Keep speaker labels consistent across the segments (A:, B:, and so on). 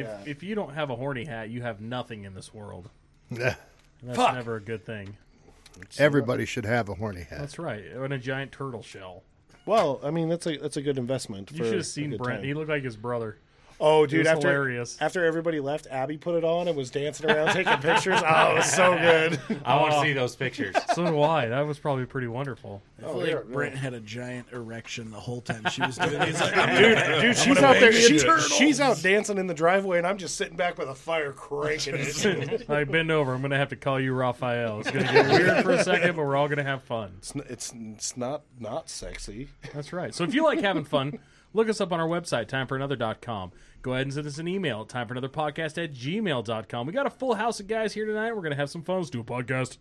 A: If,
B: Yeah.
A: if you don't have a horny hat, you have nothing in this world. And that's
C: Fuck.
A: never a good thing.
C: Everybody should have a horny hat.
A: That's right. And a giant turtle shell.
B: Well, I mean that's a that's a good investment.
A: You
B: for
A: should
B: a
A: have seen
B: good
A: Brent.
B: time.
A: He looked like his brother.
B: Oh,
A: was
B: dude! After
A: hilarious.
B: after everybody left, Abby put it on and was dancing around taking pictures. Oh, it was so good.
D: I want to see those pictures.
A: Oh. So do I. That was probably pretty wonderful.
E: I feel like
B: yeah, no.
E: Brent had a giant erection the whole time she was doing it. He's like, I'm
B: Dude, dude, she's out there.
E: make
B: She,
E: turtles.
B: she's out dancing in the driveway, and I'm just sitting back with a fire cranking it.
A: I bend over. I'm going to have to call you Raphael. It's going to get weird for a second, but we're all going to have fun.
B: It's, n- it's it's not not sexy.
A: That's right. So if you like having fun, look us up on our website, timeforanother.com. Go ahead and send us an email at timeforanotherpodcast at gmail.com. We got a full house of guys here tonight. We're going to have some fun. Let's do a podcast.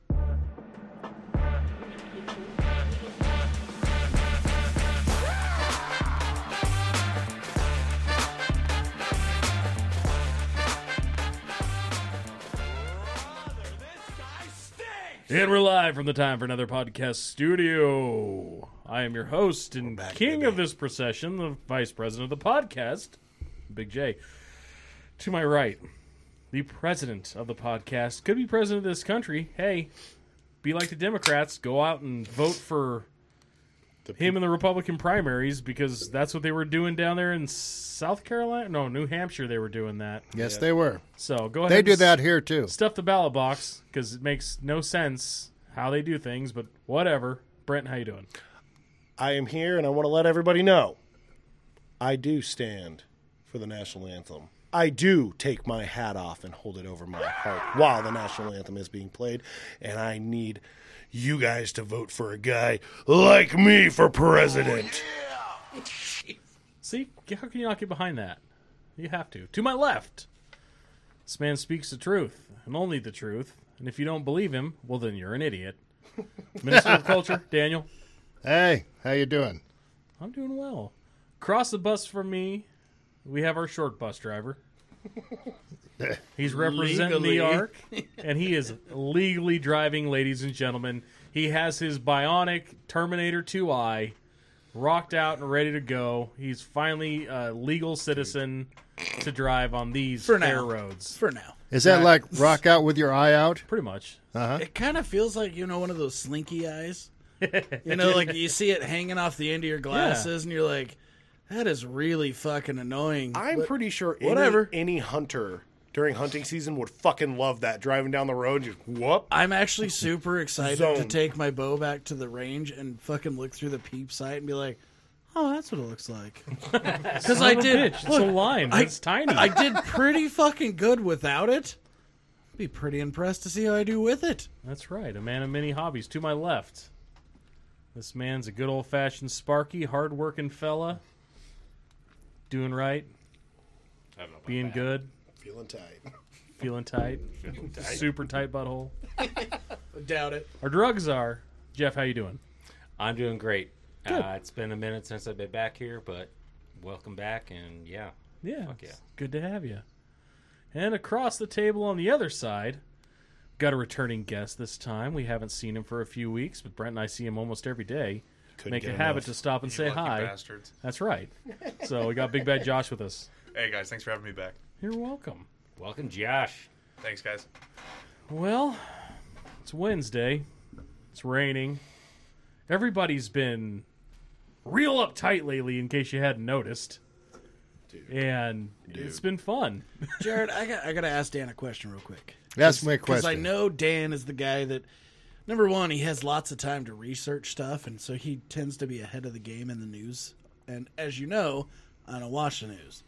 A: And we're live from the Time for Another Podcast studio. I am your host and king of this procession, the vice president of the podcast, Big J. To my right, the president of the podcast could be president of this country. Hey, be like the Democrats, go out and vote for him in the Republican primaries because that's what they were doing down there in South Carolina. No, New Hampshire, they were doing that.
C: Yes, they were.
A: So go ahead.
C: They
A: and
C: do
A: s-
C: that here too.
A: stuff the ballot box because it makes no sense how they do things, but whatever. Brent, how you doing?
B: I am here, and I want to let everybody know, I do stand for the national anthem. I do take my hat off and hold it over my heart while the national anthem is being played, and I need you guys to vote for a guy like me for president.
A: See, how can you not get behind that? You have to. To my left, this man speaks the truth and only the truth. And if you don't believe him, well, then you're an idiot. Minister of Culture, Daniel.
C: Hey, how you doing?
A: I'm doing well. Across the bus from me, we have our short bus driver. He's representing
D: Legally.
A: the arc, and he is legally driving, ladies and gentlemen. He has his bionic Terminator 2 eye rocked out and ready to go. He's finally a legal citizen to drive on these
E: For
A: fair
E: now.
A: roads.
E: For now.
C: Is that
A: Yeah.
C: like rock out with your eye out?
A: Pretty much.
E: It kind of feels like, you know, one of those slinky eyes. You know, like you see it hanging off the end of your glasses and you're like, that is really fucking annoying.
B: I'm pretty sure any,
E: whatever.
B: any hunter during hunting season would fucking love that driving down the road. Just whoop.
E: I'm actually super excited to
B: Zone.
E: take my bow back to the range and fucking look through the peep sight and be like, "Oh, that's what it looks like." Because I did.
A: Bitch, it's
E: Look,
A: a line.
E: I-
A: it's tiny.
E: I did pretty fucking good without it. Be pretty impressed to see how I do with it.
A: That's right, a man of many hobbies. To my left, this man's a good old fashioned Sparky, hard working fella, doing right,
D: I don't know about
A: being
D: that.
A: good,
B: Feeling tight.
A: feeling tight, super tight butthole.
E: Doubt it.
A: Our drugs are Jeff. How you doing?
D: I'm doing great. Uh, it's been a minute since I've been back here, but welcome back. And yeah,
A: Yeah,
D: Fuck yeah.
A: it's good to have you. And across the table on the other side, got a returning guest this time. We haven't seen him for a few weeks, but Brent and I see him almost every day.
B: Couldn't
A: Make a
B: get
A: habit
B: enough.
A: to stop and
F: You
A: say
F: lucky
A: hi.
F: bastards.
A: That's right. So we got Big Bad Josh with us.
F: Hey guys, thanks for having me back.
A: You're welcome.
D: welcome, Josh.
F: Thanks guys.
A: Well, it's Wednesday. It's raining. Everybody's been real uptight lately, in case you hadn't noticed. And it's been fun.
E: Jared, I got I got to ask Dan a question real quick.
C: That's my
E: Because
C: question.
E: I know Dan is the guy that, number one, he has lots of time to research stuff, and so he tends to be ahead of the game in the news. And as you know, I don't watch the news.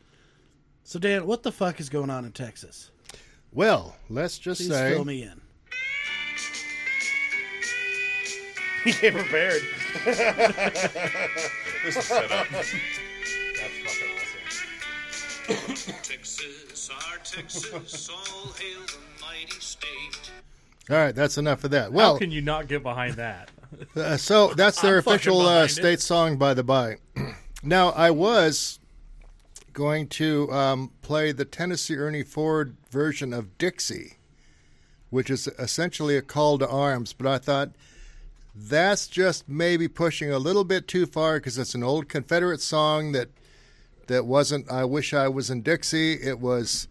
E: So, Dan, what the fuck is going on in Texas?
C: Well, let's just
E: Please
C: say
E: fill me in.
B: He came prepared.
F: This is set up.
D: That's fucking awesome.
G: Texas, our Texas, all hail the mighty state.
C: All right, that's enough of that.
A: How
C: Well,
A: can you not get behind that?
C: uh, so that's their
A: I'm fucking
C: official uh,
A: behind it.
C: state song by the by. now, I was going to um, play the Tennessee Ernie Ford version of Dixie, which is essentially a call to arms, but I thought that's just maybe pushing a little bit too far because it's an old Confederate song that that wasn't I wish I was in Dixie. It was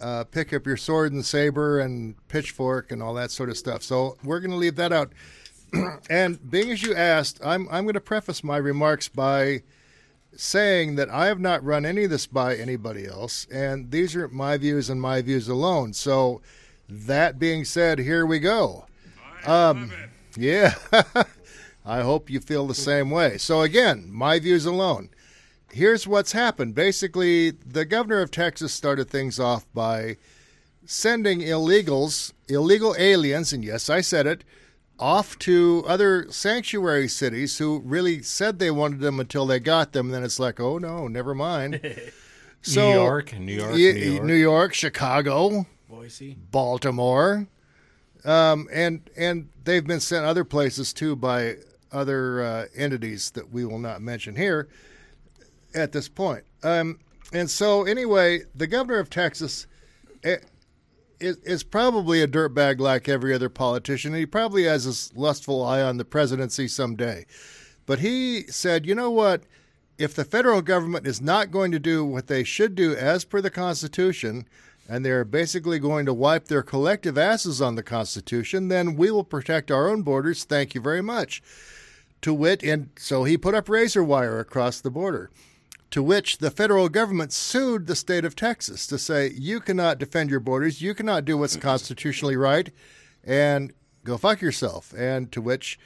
C: uh, pick up your sword and saber and pitchfork and all that sort of stuff. So we're going to leave that out. and being as you asked, I'm I'm going to preface my remarks by saying that I have not run any of this by anybody else, and these are my views and my views alone. So that being said, here we go. Um, Yeah. I hope you feel the same way. So, again, my views alone. Here's what's happened. Basically, the governor of Texas started things off by sending illegals, illegal aliens, and yes, I said it, off to other sanctuary cities who really said they wanted them until they got them. Then it's like, oh no, never mind. So,
D: New York, New York,
C: Yeah,
D: New York.
C: New York, Chicago,
E: Boise.
C: Baltimore, um, and and they've been sent other places too by other uh, entities that we will not mention here at this point. Um, and so, anyway, the governor of Texas eh, is, is probably a dirtbag like every other politician. He probably has his lustful eye on the presidency someday. But he said, you know what? If the federal government is not going to do what they should do as per the Constitution, and they're basically going to wipe their collective asses on the Constitution, then we will protect our own borders. Thank you very much. To wit, and so he put up razor wire across the border to which the federal government sued the state of Texas to say, you cannot defend your borders, you cannot do what's constitutionally right, and go fuck yourself. And to which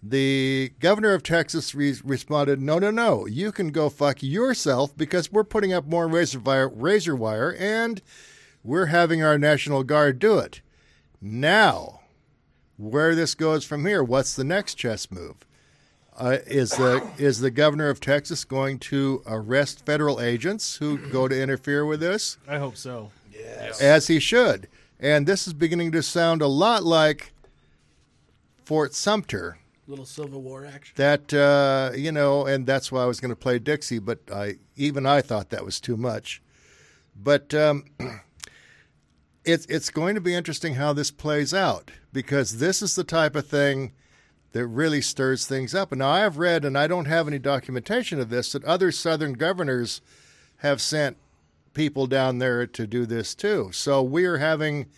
C: the governor of Texas re- responded, no, no, no, you can go fuck yourself because we're putting up more razor wire, razor wire and we're having our National Guard do it. Now, where this goes from here, what's the next chess move? Uh, is the is the governor of Texas going to arrest federal agents who go to interfere with this?
E: I hope so.
C: As he should. And this is beginning to sound a lot like Fort Sumter.
E: Little Civil War action.
C: That uh, you know, and that's why I was going to play Dixie, but I even I thought that was too much. But um, it's it's going to be interesting how this plays out because this is the type of thing that really stirs things up. And now I have read, and I don't have any documentation of this, that other Southern governors have sent people down there to do this too. So we are having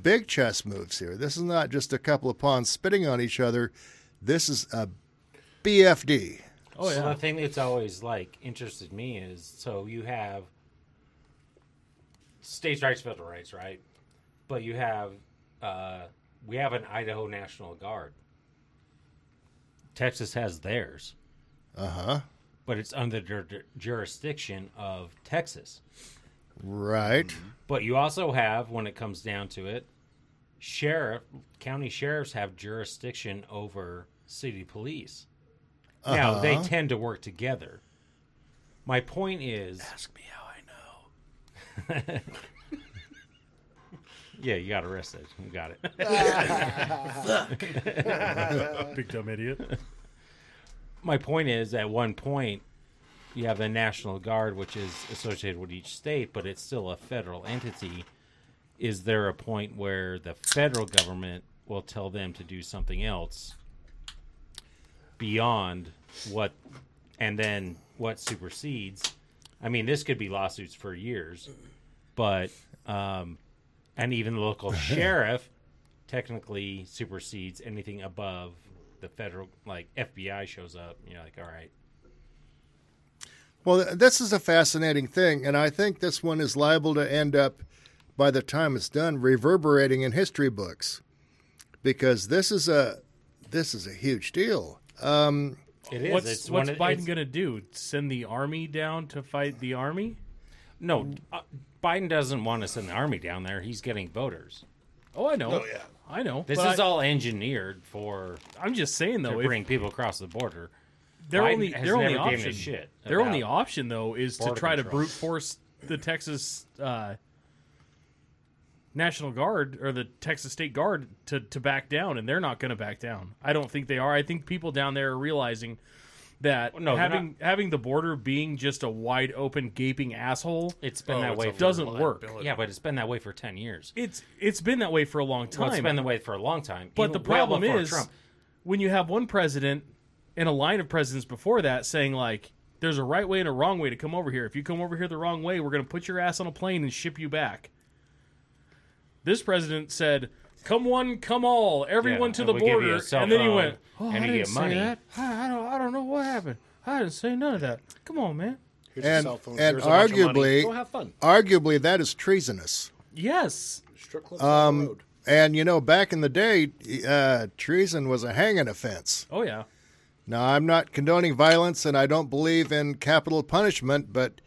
C: big chess moves here. This is not just a couple of pawns spitting on each other. This is a BFD.
D: Oh, yeah. So the thing that's always like interested me is so you have states' rights, federal rights, right? But you have uh, we have an Idaho National Guard. Texas has theirs,
C: Uh huh.
D: but it's under the jur- jurisdiction of Texas.
C: Right.
B: Mm-hmm.
D: But you also have, when it comes down to it, sheriff county sheriffs have jurisdiction over city police. Now they
A: Uh-huh.
D: tend to work together. My point is,
E: Ask me how I know.
D: yeah, you got arrested. You got it.
A: Big dumb idiot.
D: my point is at one point you have the national guard which is associated with each state but it's still a federal entity is there a point where the federal government will tell them to do something else beyond what and then what supersedes i mean this could be lawsuits for years but um and even the local sheriff technically supersedes anything above the federal like FBI shows up and you're like all right
C: Well, th- this is a fascinating thing, and I think this one is liable to end up, by the time it's done, reverberating in history books, because this is a this is a huge deal.
D: it is
A: What's what's
D: it's one of-
A: Biden
D: it's-
A: gonna do? Send the army down to fight the army?
D: no uh, Biden doesn't want to send the army down there he's getting voters
A: Oh, I know. Oh yeah, I know.
D: this
A: But
D: is
A: I,
D: all engineered for
A: I'm just saying
D: to
A: though. If
D: bring people across the border
A: their
D: Biden
A: only
D: has
A: their only
D: never given a
A: option
D: shit
A: their only
D: about
A: option though is to
D: border
A: try to
D: control.
A: brute force the Texas uh, National Guard or the Texas State Guard to to back down, and they're not going to back down. I don't think they are. I think people down there are realizing that
D: no, they're
A: having having the border being just a wide open gaping asshole
D: it's been
F: Oh,
D: that
F: it's
D: way
F: a
D: for,
A: doesn't work.
F: liability.
D: yeah but it's been that way for 10 years
A: It's it's been that way for a long time.
D: well, it's been that way for a long time
A: But
D: even
A: the
D: well
A: problem
D: before
A: is
D: Trump.
A: when you have one president and a line of presidents before that saying like there's a right way and a wrong way to come over here. If you come over here the wrong way, we're going to put your ass on a plane and ship you back. This president said, "Come one, come all, everyone
D: Yeah,
A: to
D: and
A: the
D: we'll give you a
A: border,"
D: cell
A: and then he
D: phone,
A: went, "Oh,
D: and
A: I
D: you
A: didn't
D: get money."
A: say that. I, I don't, I don't know what happened. I didn't say none of that. Come on, man.
B: Here's your
C: And,
B: cell phone.
C: and
B: Here's a bunch of money.
C: arguably,
B: go have fun.
C: arguably that is treasonous.
A: Yes,
B: Strip club on the
C: um,
B: road.
C: And you know, back in the day, uh, treason was a hanging offense.
A: oh yeah,
C: Now, I'm not condoning violence, and I don't believe in capital punishment, but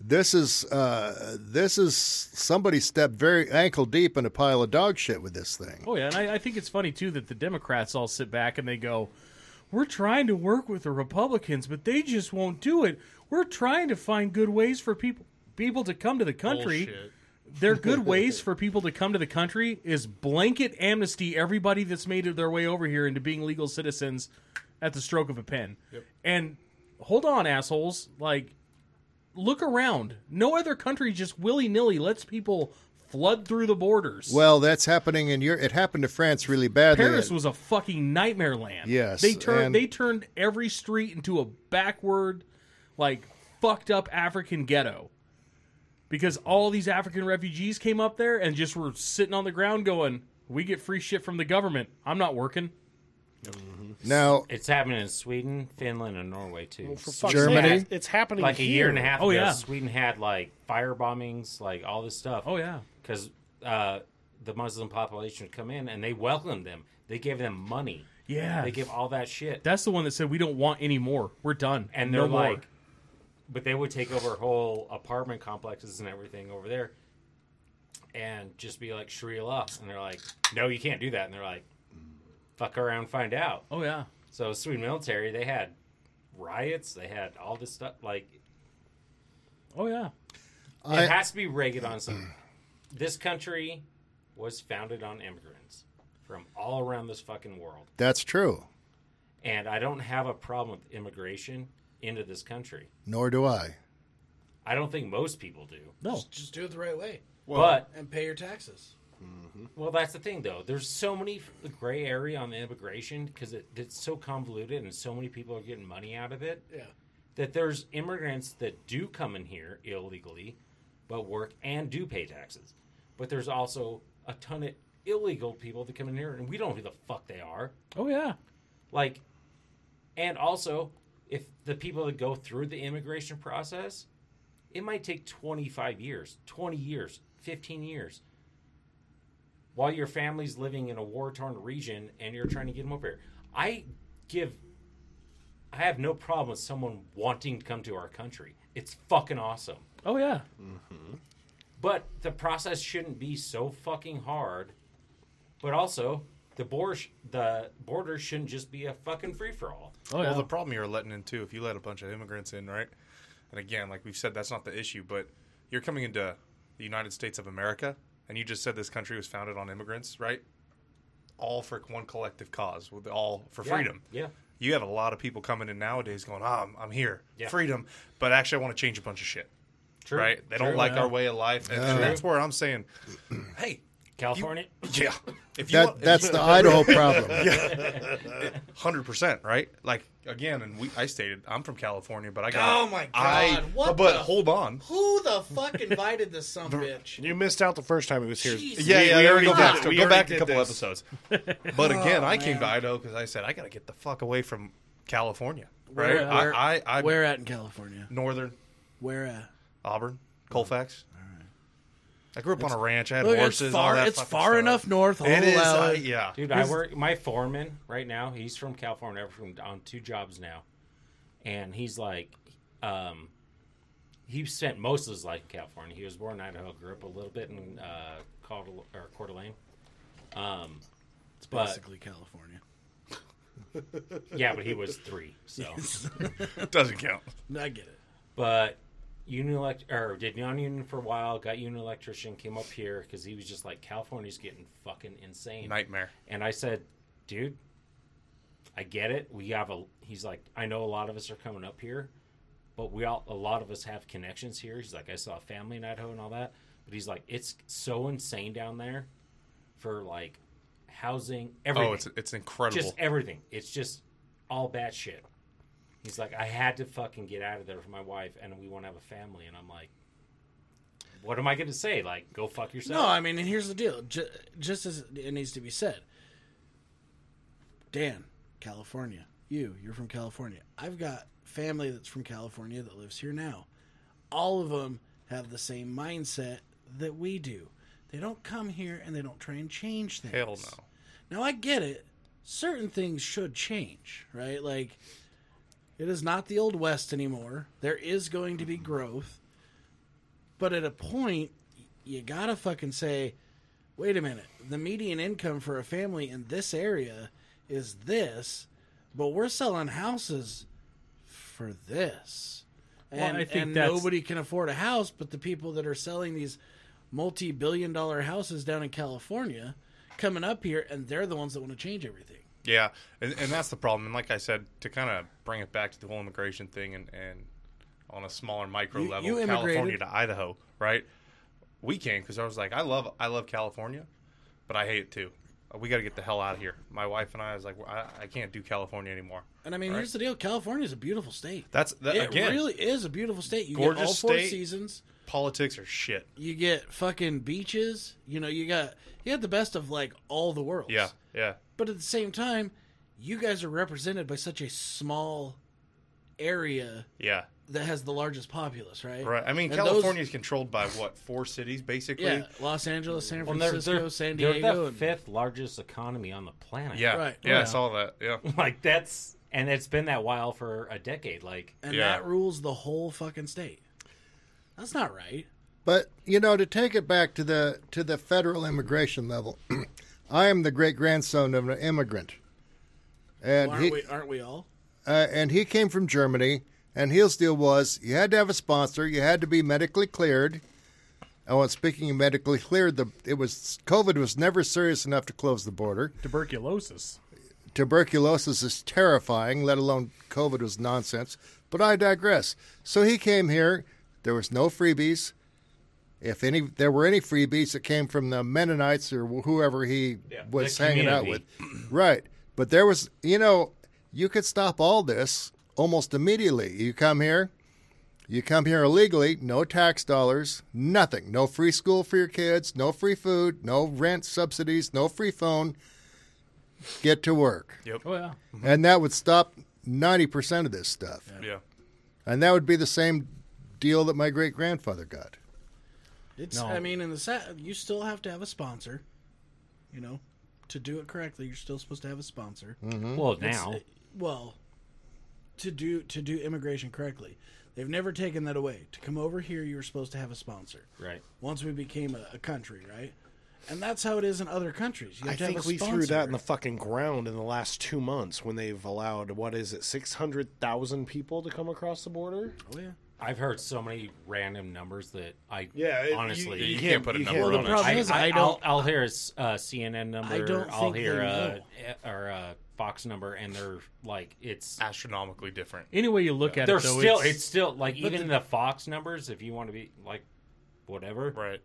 C: this is uh, this is somebody stepped very ankle deep in a pile of dog shit with this thing.
A: oh yeah. And I, I think it's funny too that the Democrats all sit back and they go, "We're trying to work with the Republicans, but they just won't do it. We're trying to find good ways for people people to come to the country."
F: Bullshit.
A: Their good ways for people to come to the country is blanket amnesty everybody that's made their way over here into being legal citizens at the stroke of a pen. And hold on, assholes. Like, look around. No other country just willy nilly lets people flood through the borders.
C: Well, that's happening in Europe. It happened to France really badly.
A: Paris was a fucking nightmare land.
C: Yes,
A: they turned
C: and-
A: they turned every street into a backward, like fucked up African ghetto, because all these African refugees came up there and just were sitting on the ground going, "We get free shit from the government. I'm not working."
C: now,
D: It's happening in Sweden, Finland, and Norway too.
B: For fuck's
C: Germany?
B: sake, it's- it's happening
D: like a year
B: here.
D: and a half
A: Oh,
D: ago,
A: yeah.
D: Sweden had like fire bombings, like all this stuff.
A: Oh yeah,
D: because uh, the Muslim population would come in and they welcomed them. They gave them money.
A: yeah.
D: They give all that shit,
A: That's the one that said we don't want any more. We're done.
D: and
A: No
D: they're
A: more."
D: like, but they would take over whole apartment complexes and everything over there, and just be like Sharia law. And they're like, no, you can't do that. And they're like, fuck around, find out.
A: "Oh yeah,
D: So Sweden military, they had riots. They had all this stuff. Like
A: oh yeah."
C: I-
D: it has to be ragged on some. This country was founded on immigrants from all around this fucking world,
C: that's true.
D: and I don't have a problem with immigration into this country.
C: Nor do I.
D: I don't think most people do.
A: No,
E: Just do it the right way
D: but
E: and pay your taxes.
D: well, that's the thing though. There's so many f- gray area on the immigration because it, it's so convoluted, and so many people are getting money out of it.
E: Yeah.
D: That there's immigrants that do come in here illegally, but work and do pay taxes. But there's also a ton of illegal people that come in here, and we don't know who the fuck they are.
A: oh yeah.
D: Like, and also, if the people that go through the immigration process, it might take 25 years, 20 years, 15 years. While your family's living in a war torn region and you're trying to get them over here, I give, I have no problem with someone wanting to come to our country. It's fucking awesome.
A: Oh yeah.
D: But the process shouldn't be so fucking hard. But also, the border, sh- the border shouldn't just be a fucking free for all.
A: Oh yeah.
F: Well, the problem you're letting in too, if you let a bunch of immigrants in, right? And again, like we've said, that's not the issue, but you're coming into the United States of America, and you just said this country was founded on immigrants, right? All for one collective cause, with all for freedom.
D: Yeah.
F: You have a lot of people coming in nowadays going, ah, I'm, I'm here,
D: Yeah.
F: freedom, but actually I want to change a bunch of shit,
D: True.
F: right? They don't
D: True.
F: like
D: Yeah.
F: our way of life, and, and that's where I'm saying, hey,
D: California.
F: yeah, if you
C: That
F: want-
C: that's the Idaho problem.
F: hundred percent, right? Like again, and we I stated I'm from California, but I
E: Oh
F: got
E: my God,
F: I,
E: what
F: but
E: the-
F: hold on,
E: Who the fuck invited this some bitch?
B: You missed out the first time he was here.
E: Jesus.
F: yeah, yeah.
B: we
F: there
B: already
F: go
B: did
F: back,
B: this.
F: go
B: We
F: back
B: already
F: a
B: did
F: couple
B: this.
F: episodes. But
E: Oh,
F: again, I came to Idaho because I said I gotta get the fuck away from California, right?
E: Where- where-
F: I, I, I
E: Where at in California?
F: northern
E: Where at?
F: Auburn, Colfax. I grew up on a ranch. I had
E: Look,
F: horses.
E: it's
F: and all
E: far,
F: that
E: it's
F: fucking
E: far
F: stuff.
E: enough north. I'll
F: It is,
E: allow
F: I-
E: it.
F: yeah.
D: Dude, I work. My foreman right now, he's from California. I'm from on two jobs now, and he's like, um, he spent most of his life in California. He was born in Idaho, grew up a little bit in uh, Calder, or Coeur d'Alene. Um,
E: It's
D: but-
E: basically California.
D: yeah, but he was three, so.
F: It doesn't count.
E: I get it.
D: but union elect or did non-union for a while. Got union electrician, came up here because he was just like California's getting fucking insane.
F: Nightmare.
D: And I said, dude, I get it. We have a. He's like, I know a lot of us are coming up here, but we all a lot of us have connections here. He's like, I saw a family in Idaho and all that. But he's like, it's so insane down there for like housing, everything,
F: Oh, it's it's incredible.
D: just everything. It's just all bad shit. He's like, I had to fucking get out of there for my wife, and we want to have a family. And I'm like, what am I going to say? Like, go fuck yourself.
E: No, I mean, and here's the deal. Ju- just as it needs to be said, Dan, California. You, you're from California. I've got family that's from California that lives here now. All of them have the same mindset that we do. They don't come here and they don't try and change things.
F: Hell no.
E: Now I get it. Certain things should change, right? Like it is not the old west anymore. There is going to be growth. But at a point you got to fucking say, "Wait a minute. The median income for a family in this area is this, but we're selling houses for this." And,
D: I think
E: and
D: that's-
E: nobody can afford a house, but the people that are selling these multi-billion dollar houses down in California coming up here and they're the ones that want to change everything.
F: Yeah, and, and that's the problem. And like I said, to kind of bring it back to the whole immigration thing, and, and on a smaller micro
E: You-
F: level,
E: you immigrated.
F: California to Idaho, right? We came because I was like, I love, I love California, but I hate it too. We got to get the hell out of here. My wife and I was like, well, I, I can't do California anymore.
E: And I mean,
F: Right.
E: here's the deal: California is a beautiful state.
F: That's that,
E: it
F: again,
E: really is a beautiful state. You get all
F: Gorgeous
E: four
F: state.
E: seasons.
F: politics are shit.
E: You get fucking beaches. You know, you got you got the best of like all the worlds.
F: Yeah, yeah.
E: But at the same time, you guys are represented by such a small area
F: Yeah.
E: that has the largest populace, right?
F: Right. I mean,
E: And those-
F: California is controlled by what four cities basically.
E: yeah, Los Angeles, San
D: Well, they're,
E: Francisco,
D: they're-
E: San
D: they're
E: Diego,
D: the
E: and
D: fifth largest economy on the planet.
F: Yeah.
E: Right.
F: Yeah,
E: Yeah.
F: I saw that. Yeah.
D: like that's and it's been that while for a decade. Like,
E: and
F: Yeah.
E: that rules the whole fucking state. That's not right.
C: But you know, to take it back to the to the federal immigration level, I am the great grandson of an immigrant, and
E: Well, aren't
C: he
E: we? Aren't we all?
C: uh, and he came from Germany. And his deal was you had to have a sponsor, you had to be medically cleared. Oh, and speaking of medically cleared, the it was COVID was never serious enough to close the border.
A: Tuberculosis.
C: tuberculosis is terrifying, let alone COVID was nonsense. But I digress. So he came here. There was no freebies. If any, there were any freebies, it came from the Mennonites or wh- whoever he was
D: the
C: hanging out with. Right. But there was, you know, you could stop all this almost immediately. You come here, you come here illegally, no tax dollars, nothing. No free school for your kids, no free food, no rent subsidies, no free phone. Get to work
A: Oh yeah.
C: and that would stop 90% of this stuff.
F: Yeah.
C: And that would be the same deal that my great grandfather got.
E: It's.
A: No.
E: I mean, in the sa- you still have to have a sponsor. You know, to do it correctly, you're still supposed to have a sponsor.
D: well,
E: It's-
D: now
E: uh, well, to do to do immigration correctly, they've never taken that away. To come over here, you were supposed to have a sponsor.
D: right?
E: Once we became a, a country, right? And that's how it is in other countries. You
B: I
E: have to have
B: think
E: a
B: we threw that in
E: sponsor.
B: the fucking ground in the last two months when they've allowed what is it, six hundred thousand people to come across the border.
E: Oh, yeah.
D: I've heard so many random numbers that I
B: Yeah, it- you-
D: honestly
F: You can't put a
B: you
F: number
B: can't-
F: on it.
E: Well,
D: I,
E: Problem is,
D: I,
E: I
D: don't.
E: don't-
D: I'll, I'll hear a s- a CNN number. I
E: don't
D: will
E: think
D: hear
E: they
D: a, or a Fox number, and they're like it's.
F: Ah, Astronomically different.
A: Any way you look at
D: They're
A: it, though,
D: still. It's,
A: it's,
D: still like even the, Fox numbers. If you want to be like, whatever,
F: Right.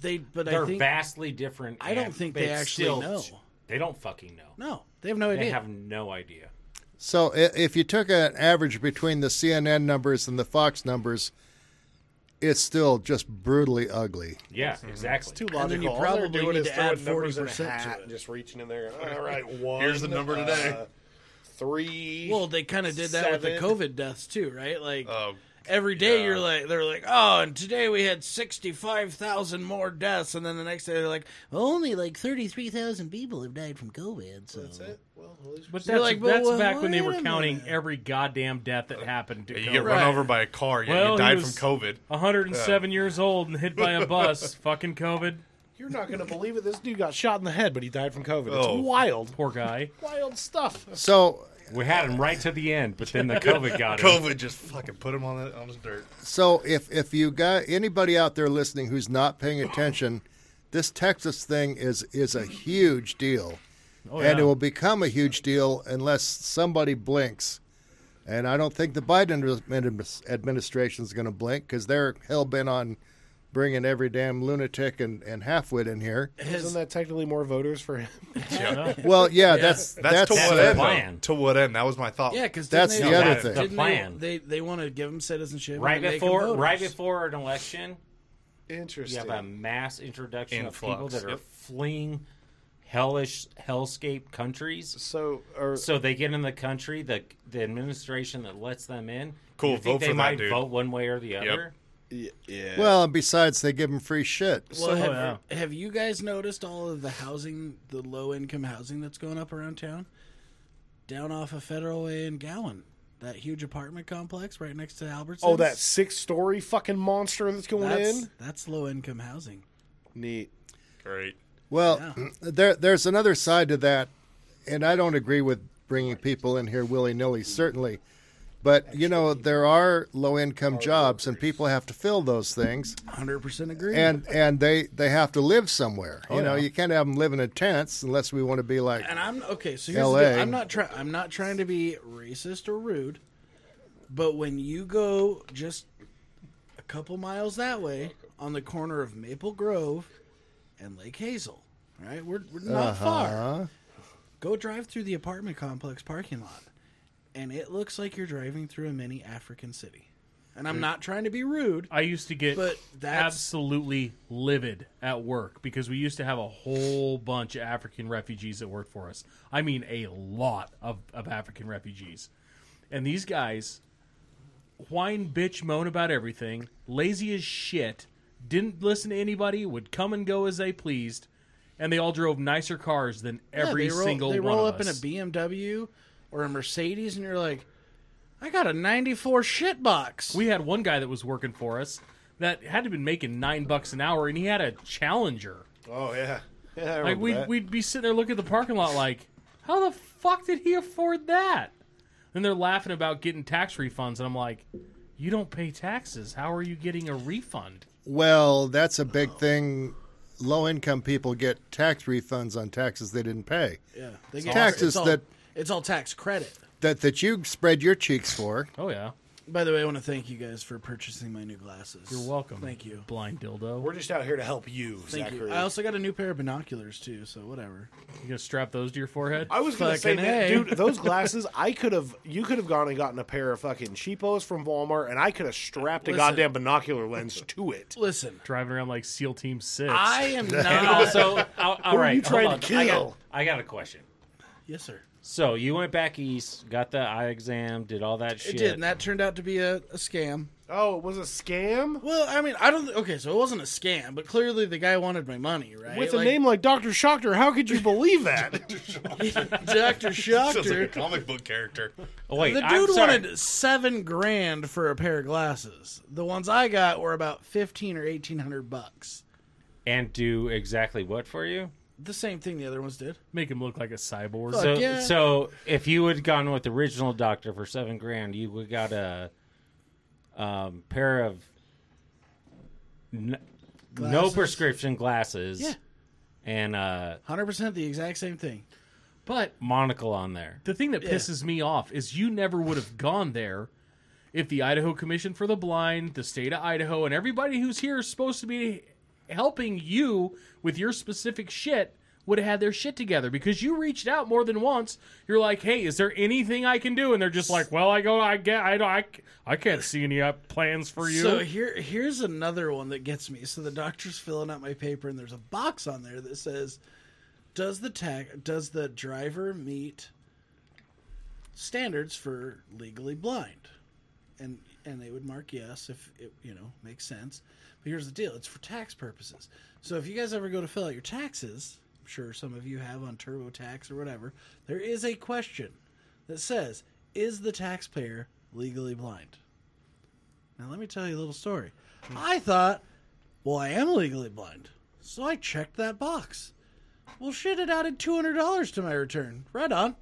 E: They, but
D: they're
E: I think
D: vastly different.
E: I don't
D: and
E: think they
D: it's
E: actually
D: still-
E: know.
D: They don't fucking know.
E: no, they have no idea.
D: They have no idea.
C: So i- if you took an average between the CNN numbers and the Fox numbers, it's still just brutally ugly.
D: Yeah, exactly.
B: Too
E: And then
B: logical.
E: you
B: All they're
E: probably
B: doing
E: need
B: is
E: to add
B: throwing numbers in a
E: 40% to
B: hat
E: it.
B: and Just reaching in there. All right, one.
F: Here's the number today.
B: uh, three.
E: Well, they kind of did that with the
B: Seven.
E: COVID deaths too, right? Like
F: Oh,
E: every day
F: yeah.
E: you're like, they're like, oh, and today we had sixty five thousand more deaths, and then the next day they're like, well, only like thirty three thousand people have died from COVID. So
B: That's it. Well, at least-
A: But
E: You're
A: that's,
E: like, but
A: that's
E: wha-
A: back when they
E: wait
A: were
E: a
A: counting
E: minute.
A: every goddamn death that happened to
F: you get
A: COVID.
E: Right.
F: run over by a car. Yeah,
A: Well, he
F: you died
A: was- Oh.
F: from COVID.
A: 107 years old and hit by a bus. fucking COVID.
B: You're not going to believe it. This dude got shot in the head, but he died from COVID.
F: Oh.
B: It's wild.
A: Poor guy.
B: Wild stuff.
C: So
D: We had him right to the end, but then the COVID got him.
F: COVID just fucking put him on the on his dirt.
C: so if if you got anybody out there listening who's not paying attention, this Texas thing is is a huge deal.
A: Oh,
C: and
A: yeah.
C: it will become a huge deal unless somebody blinks. And I don't think the Biden admi- administration is going to blink because they're hell bent on bringing every damn lunatic and, and halfwit in here.
B: Isn't that technically more voters for him?
C: Well, yeah, that's
F: That's,
C: that's,
F: to what
D: the
F: end? though?
D: plan.
F: To what end? That was my thought.
E: yeah, because
C: That's the other thing.
D: The plan.
E: They they, want to give them citizenship
D: right
E: and make 'em
D: before
E: voters.
D: right before an election
B: Interesting.
D: You have a mass introduction
F: Influx,
D: of people that are
F: yep.
D: fleeing hellish hellscape countries.
B: so, or,
D: So they get in the country, the the administration that lets them in.
F: Cool,
D: you think
F: vote
D: they
F: for that
D: might
F: dude.
D: vote one way or the other.
B: y- yeah.
C: Well, and besides, they give them free shit.
E: Well, have,
A: yeah.
E: have you guys noticed all of the housing, the low income housing that's going up around town? Down off of Federal Way in Gowan, that huge apartment complex right next to Albertsons.
B: oh, that six-story fucking monster that's going
E: that's,
B: in.
E: that's low income housing.
B: Neat.
F: Great.
C: Well, there there's another side to that, and I don't agree with bringing people in here willy nilly, certainly. But you know there are low income jobs, and people have to fill those things,
E: Hundred percent agree.
C: and and they they have to live somewhere. You know you can't have them living in tents unless we want to be like
E: and I'm okay. So here's
C: LA.
E: the deal. I'm not trying. I'm not trying to be racist or rude, but when you go just a couple miles that way on the corner of Maple Grove and Lake Hazel, right? We're, we're not far. Go drive through the apartment complex parking lot, and it looks like you're driving through a mini African city. And I'm not trying to be rude.
A: I used to get
E: But that's-
A: absolutely livid at work because we used to have a whole bunch of African refugees that worked for us. I mean, a lot of, of African refugees. And these guys whine, bitch, moan about everything, lazy as shit, didn't listen to anybody, would come and go as they pleased, and they all drove nicer cars than every
E: Yeah, they roll,
A: single
E: they
A: one
E: roll
A: of
E: up
A: us.
E: in a BMW or a Mercedes, and you're like, I got a '94 shit box.
A: We had one guy that was working for us that had to been making nine bucks an hour, and he had a Challenger.
B: Oh yeah. Yeah, I
A: Like
B: remember
A: we'd
B: that.
A: we'd be sitting there looking at the parking lot, like, how the fuck did he afford that? And they're laughing about getting tax refunds, and I'm like, you don't pay taxes. How are you getting a refund?
C: well that's a big thing. Low income people get tax refunds on taxes they didn't pay
E: Yeah, they get
C: Taxes
E: it's all,
C: that-
E: it's all tax credit.
C: that that you spread your cheeks for.
A: Oh yeah,
E: By the way, I want to thank you guys for purchasing my new glasses.
A: you're welcome.
E: Thank you.
A: blind dildo.
B: We're just out here to help you,
E: Thank
B: Zachary.
E: you. I also got a new pair of binoculars too, so whatever.
A: you gonna strap those to your forehead?
B: I was gonna say,
E: Fucking
B: that,
E: A.
B: dude, those glasses. I could have, you could have gone and gotten a pair of fucking cheapos from Walmart, and I could have strapped a
E: Listen.
B: goddamn binocular lens to it.
E: Listen,
A: Driving around like SEAL Team Six.
E: I am
D: And
E: not.
D: also, uh, all, all
B: are
D: right,
B: you trying
D: hold
B: to
D: on. I got-
B: kill?
D: I got a question.
E: yes, sir.
D: So you went back east, got the eye exam, did all that shit.
E: It did, and that turned out to be a, a scam.
B: Oh, it was a scam
E: Well, I mean, I don't. Okay, so it wasn't a scam, but clearly the guy wanted my money, right?
B: with a name like Doctor Shocker. How could you believe that?
E: Doctor
F: Sounds like a
E: Shocker.
F: comic book character.
D: oh, wait,
E: The
D: I'm
E: dude
D: sorry.
E: wanted seven grand for a pair of glasses. The ones I got were about fifteen or eighteen hundred bucks.
D: and do exactly what for you?
E: The same thing the other ones did.
A: Make him look like a cyborg.
E: Fuck.
D: So,
E: yeah.
D: so if you would gone with the original doctor for seven grand, you would got a um, pair of n- no
E: Glasses.
D: prescription glasses
E: Yeah.
D: and a
E: Hundred percent, the exact same thing.
A: but
D: monocle on there.
A: The thing that pisses me off is you never would have gone there if the Idaho Commission for the Blind, the state of Idaho, and everybody who's here is supposed to be helping you with your specific shit would have had their shit together because you reached out more than once. You're like, "Hey, is there anything I can do?" And they're just like, "Well, I go, I get, I don't, I, c- I can't see any uh, plans for you."
E: So here, here's another one that gets me. So the doctor's filling out my paper, and there's a box on there that says, "Does the tag? Does the driver meet standards for legally blind?" And and they would mark yes if it you know makes sense. But here's the deal: it's for tax purposes. So if you guys ever go to fill out your taxes, I'm sure some of you have on TurboTax or whatever, there is a question that says, "Is the taxpayer legally blind?" Now let me tell you a little story. I thought, well, I am legally blind, so I checked that box. Well, shit, it added two hundred dollars to my return. Right on.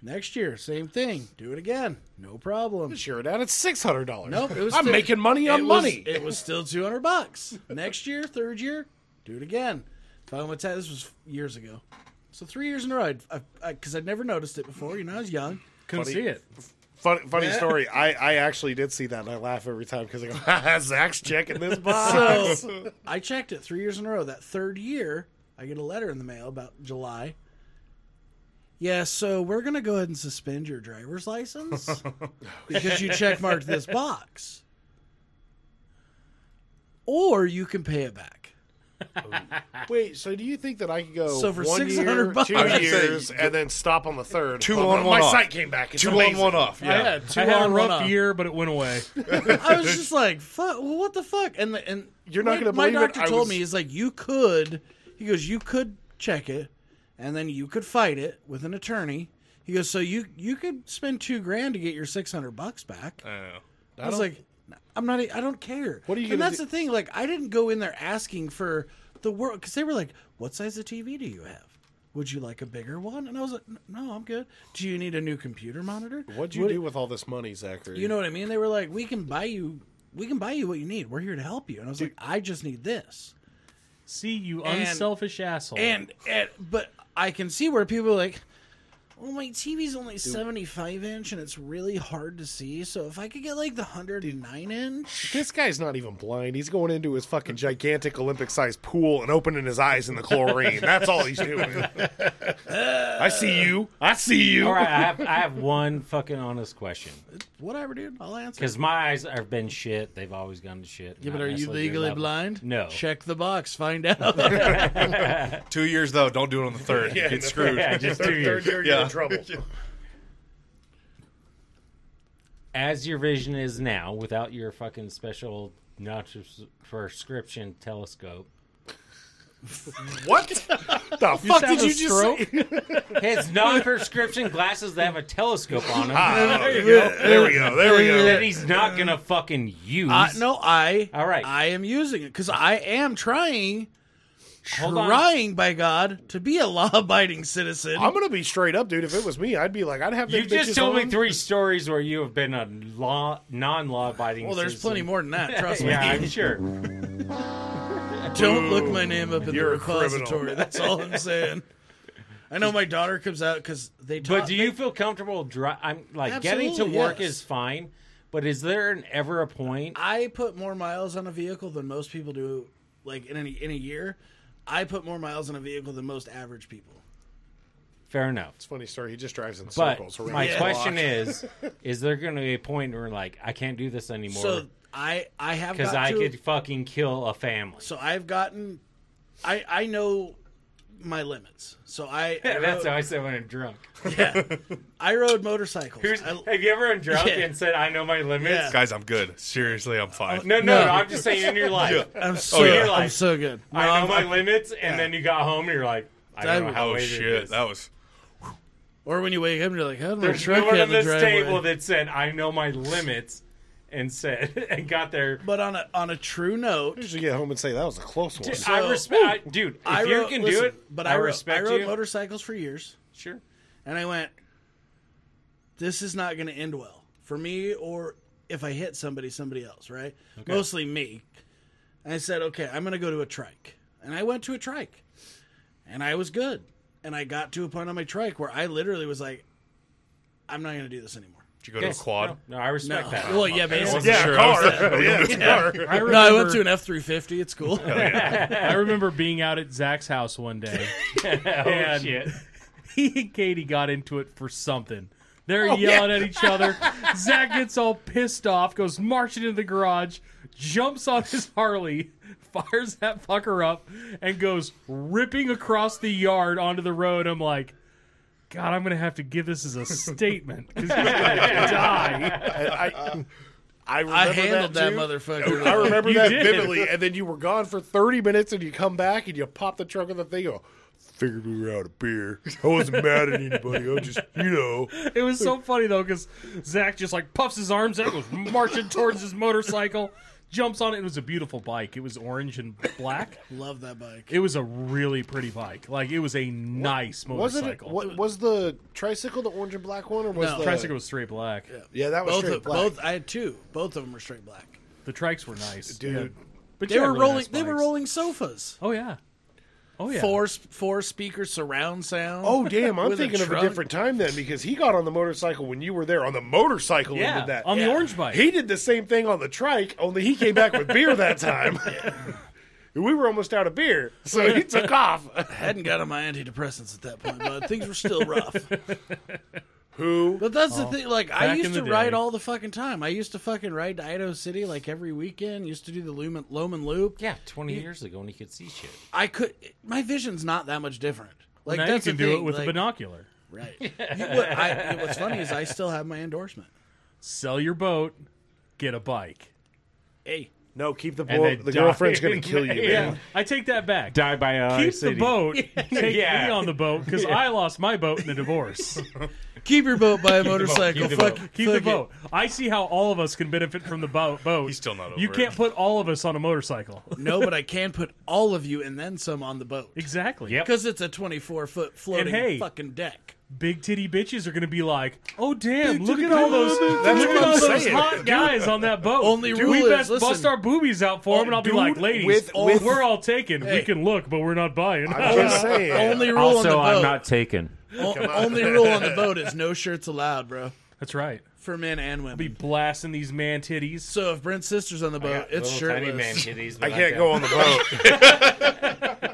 E: Next year, same thing. Do it again. No problem.
B: sure, down at six hundred dollars.
E: Nope, it was
B: I'm
E: still-
B: making money on
E: it was-
B: money.
E: it was still two hundred bucks. Next year, third year, do it again. Found my tax. This was years ago, so three years in a row. I'd- I because I'd never noticed it before. You know, I was young.
A: couldn't see it.
B: Funny, funny story. I, I actually did see that, and I laugh every time because I go, "Ha, Zach's checking this box."
E: So I checked it three years in a row. That third year, I get a letter in the mail about July. Yeah, so we're gonna go ahead and suspend your driver's license because you checkmarked this box. or you can pay it back.
B: Wait, so do you think that I could go
E: So for
B: one year,
E: 600 bucks-
B: two
E: I
F: would say
B: years, and then stop on the third?
F: Two
B: But
F: on,
B: my
F: one off.
B: sight came back. It's
F: Two
B: amazing.
F: on, one off.
E: I
F: Yeah.
E: had two
A: I had a
E: on,
A: rough
E: one off.
A: year, but it went away.
E: I was just like, "Fuck, well, what the fuck?" And the, and
B: You're not
E: my-
B: gonna
E: My
B: believe it,
E: doctor
B: I
E: told
B: was-
E: me he's like, "You could," he goes, "You could check it, and then you could fight it with an attorney." He goes, "So you you could spend two grand to get your six hundred bucks back."
F: Oh.
E: I, was like, "I'm not. e, I don't care."
B: What are you
E: And
B: gonna
E: that's
B: do-
E: the thing. Like, I didn't go in there asking for the world because they were like, "What size of TV do you have?" Would you like a bigger one? And I was like, "No, I'm good." Do you need a new computer monitor?
B: What'd you
E: What-
B: do with all this money, Zachary?
E: you know what I mean? They were like, "We can buy you, we can buy you what you need. We're here to help you." And I was like, "I just need this."
A: See, you
E: And-
A: unselfish asshole.
E: And, and but I can see where people are like, "Well, my TV's only seventy-five inch, and it's really hard to see. So if I could get like the hundred and nine inch,
B: this guy's not even blind. He's going into his fucking gigantic Olympic-sized pool and opening his eyes in the chlorine. That's all he's doing. I see you. I see you.
D: All right, I have I have one fucking honest question
E: whatever, dude, I'll answer."
D: because my eyes have been shit. They've always gone to shit.
E: Yeah, but
D: not
E: are you
D: necessarily good
E: legally
D: level.
E: blind?
D: No.
E: Check the box, find out.
F: Two years though. Don't do it on the third. You get screwed.
D: Yeah, just two years.
B: Third year, you're
F: Yeah.
B: in trouble.
D: As your vision is now, without your fucking special notch prescription telescope,
B: what the fuck
D: sound
B: did
D: a
B: you just
D: stroke.
B: say?
D: his non-prescription glasses that have a telescope on them
B: Ah, there, we go. there we go. There we
D: that
B: go.
D: he's not gonna fucking use.
E: I, no, I.
D: All right.
E: I am using it because I am trying,
D: Hold on.
E: trying by God to be a law-abiding citizen.
B: I'm gonna be straight up, dude. If it was me, I'd be like, I'd have.
D: You
B: them bitches
D: just told
B: on.
D: me three stories where you have been a law, non-law abiding.
E: well, there's plenty more than that. Trust me.
D: Yeah, I'm sure.
E: Don't look my name up in
B: You're
E: the
B: a
E: repository.
B: criminal.
E: That's all I'm saying. I know my daughter comes out because they. Taught,
D: But do you feel comfortable? Dri- I'm like getting
E: Absolutely,
D: to work
E: yes.
D: is fine, but is there an, ever a point?
E: I put more miles on a vehicle than most people do. Like in any in a year, I put more miles on a vehicle than most average people.
D: Fair enough.
B: Funny story. He just drives in
D: But
B: circles. around
D: my
B: the
D: question
B: block.
D: is: Is there going to be a point where like I can't do this anymore
E: So I I have
D: because
E: got
D: I
E: to-
D: could fucking kill a family?
E: So I've gotten, I I know my limits. So I I
D: That's
E: rode,
D: how I said when I'm drunk.
E: I rode motorcycles.
D: Who's,
E: I-
D: have you ever been drunk
E: Yeah.
D: and said, "I know my limits"?
E: Yeah.
F: Guys, I'm good. Seriously, I'm fine.
D: Oh, No, no, no, I'm just saying in your life.
E: I'm so
F: yeah.
E: I'm so good. No,
D: Oh, I know
E: I'm-
D: my limits, and then you got home and you're like, I
E: That
D: don't know
E: was-
D: how
F: Oh
D: I did
F: shit,
D: this.
F: that was.
E: or when you wake up, and you're like, "How did my
D: There's
E: truck
D: no one
E: get
D: on
E: in the
D: this
E: driveway?"
D: table that said, "I know my limits," and said and got there.
E: but on a on a true note,
B: I usually get home and say that was a close one.
D: I
E: So-
D: respect, I, dude. If
E: I
D: you
E: rode-
D: can
E: listen,
D: do it,
E: But
D: I,
E: I, ro-
D: respect
E: I rode
D: you.
E: motorcycles for years,
D: sure.
E: and I went, "This is not going to end well for me, or if I hit somebody, somebody else, right? Mostly me." And I said, "Okay, I'm going to go to a trike," and I went to a trike, and I was good, and I got to a point on my trike where I literally was like, "I'm not going to do this anymore."
F: Did you go to a quad?
D: No, no, I respect
E: No.
D: that.
E: Well, yeah,
F: wasn't
E: basically.
B: yeah,
F: sure. I
B: car.
F: was- "Oh,
B: yeah, it's a car.
A: I remember,
E: No, I went to an F three fifty. It's cool.
A: I remember being out at Zach's house one day.
D: Oh,
A: and
D: shit.
A: he and Katie got into it for something.
D: Oh,
A: They're yelling at each other. Zach gets all pissed off, goes marching into the garage, jumps on his Harley, fires that fucker up, and goes ripping across the yard onto the road. I'm like, God, I'm gonna have to give this as a statement because he's gonna die.
B: I, I remember
E: I handled that,
B: too.
E: motherfucker.
B: I remember that
A: did.
B: vividly. And then you were gone for 30 minutes and you come back and you pop the trunk on the thing and go, figured we were out of beer. I wasn't mad at anybody. I just, you know.
A: It was so funny though because Zach just like puffs his arms out, goes marching towards his motorcycle, jumps on it. It was a beautiful bike. It was orange and black.
E: Love that bike.
A: It was a really pretty bike. Like it was a nice
B: Was it,
A: motorcycle.
B: what, was the tricycle the orange and black one or was
E: No.
B: the.
A: Tricycle was straight black.
B: Yeah, that was
E: both
B: straight
E: of,
B: black.
E: both I had two. Both of them were straight black.
A: The trikes were nice,
B: Dude.
A: Yeah. But
E: They
A: you had
E: were
A: really
E: rolling.
A: nice
E: they were
A: bikes.
E: rolling sofas.
A: Oh yeah, oh yeah.
E: Four four speaker surround sound.
B: Oh damn! I'm
E: With a
B: thinking of a
E: trunk.
B: different time then because he got on the motorcycle when you were there on the motorcycle. and
A: yeah,
B: did that
A: on
E: Yeah.
A: the orange bike.
B: He did the same thing on the trike, only he came back with beer that time. we were almost out of beer, so he took off.
E: hadn't got on my antidepressants at that point, but things were still rough.
B: Who?
E: But that's the thing. Like I
A: back
E: used
A: in
E: to
A: the
E: ride
A: day.
E: all the fucking time. I used to fucking ride to Idaho City like every weekend. Used to do the Lumen, Loman Loop.
D: Yeah, 20 years ago, and you could see shit.
E: I could. My vision's not that much different. Like
A: now you
E: that's
A: can
E: the
A: do
E: thing,
A: it with
E: like,
A: a binocular.
E: Right. You- what, I, what's funny is I still have my endorsement.
A: Sell your boat, get a bike.
E: Hey,
B: No, keep the
D: And they
B: boy. The
D: die.
B: girlfriend's gonna kill you. Man.
A: I take that back.
H: Die by uh,
A: Keep
H: city.
A: the boat. Take
D: Yeah.
A: me on the boat because I lost my boat in the divorce.
E: keep your boat by a motorcycle.
D: keep the
E: fuck,
D: boat.
A: Keep
E: fuck
A: the
E: it.
A: boat. I see how all of us can benefit from the boat. boat.
F: He's still not
A: You
F: over
A: can't
F: it.
A: put all of us on a motorcycle.
E: No, but I can put all of you and then some on the boat
A: Exactly.
D: Yep.
E: because it's a twenty-four foot floating
A: hey,
E: fucking deck.
A: Big titty bitches are going to be like, oh damn, look at all those, look
F: what
A: at all
F: I'm
A: those
F: saying.
A: hot guys on that boat.
E: Only
A: Dude,
E: rule
A: we
E: is,
A: best bust
E: listen.
A: our boobies out for them, and I'll be
B: dude,
A: like, ladies,
B: with-
A: all-
B: with-
A: we're all taken. We
E: Hey.
A: can look, but we're not buying.
B: I'm just saying.
E: Only rule on the
H: Also,
E: boat.
H: I'm not taken.
E: O- only rule on the boat is no shirts allowed, bro,
A: That's right.
E: for men and women.
A: Be blasting these man titties.
E: So if Brent's sister's on the boat, it's
D: Little tiny
E: shirtless.
D: man titties.
B: I can't go on the boat.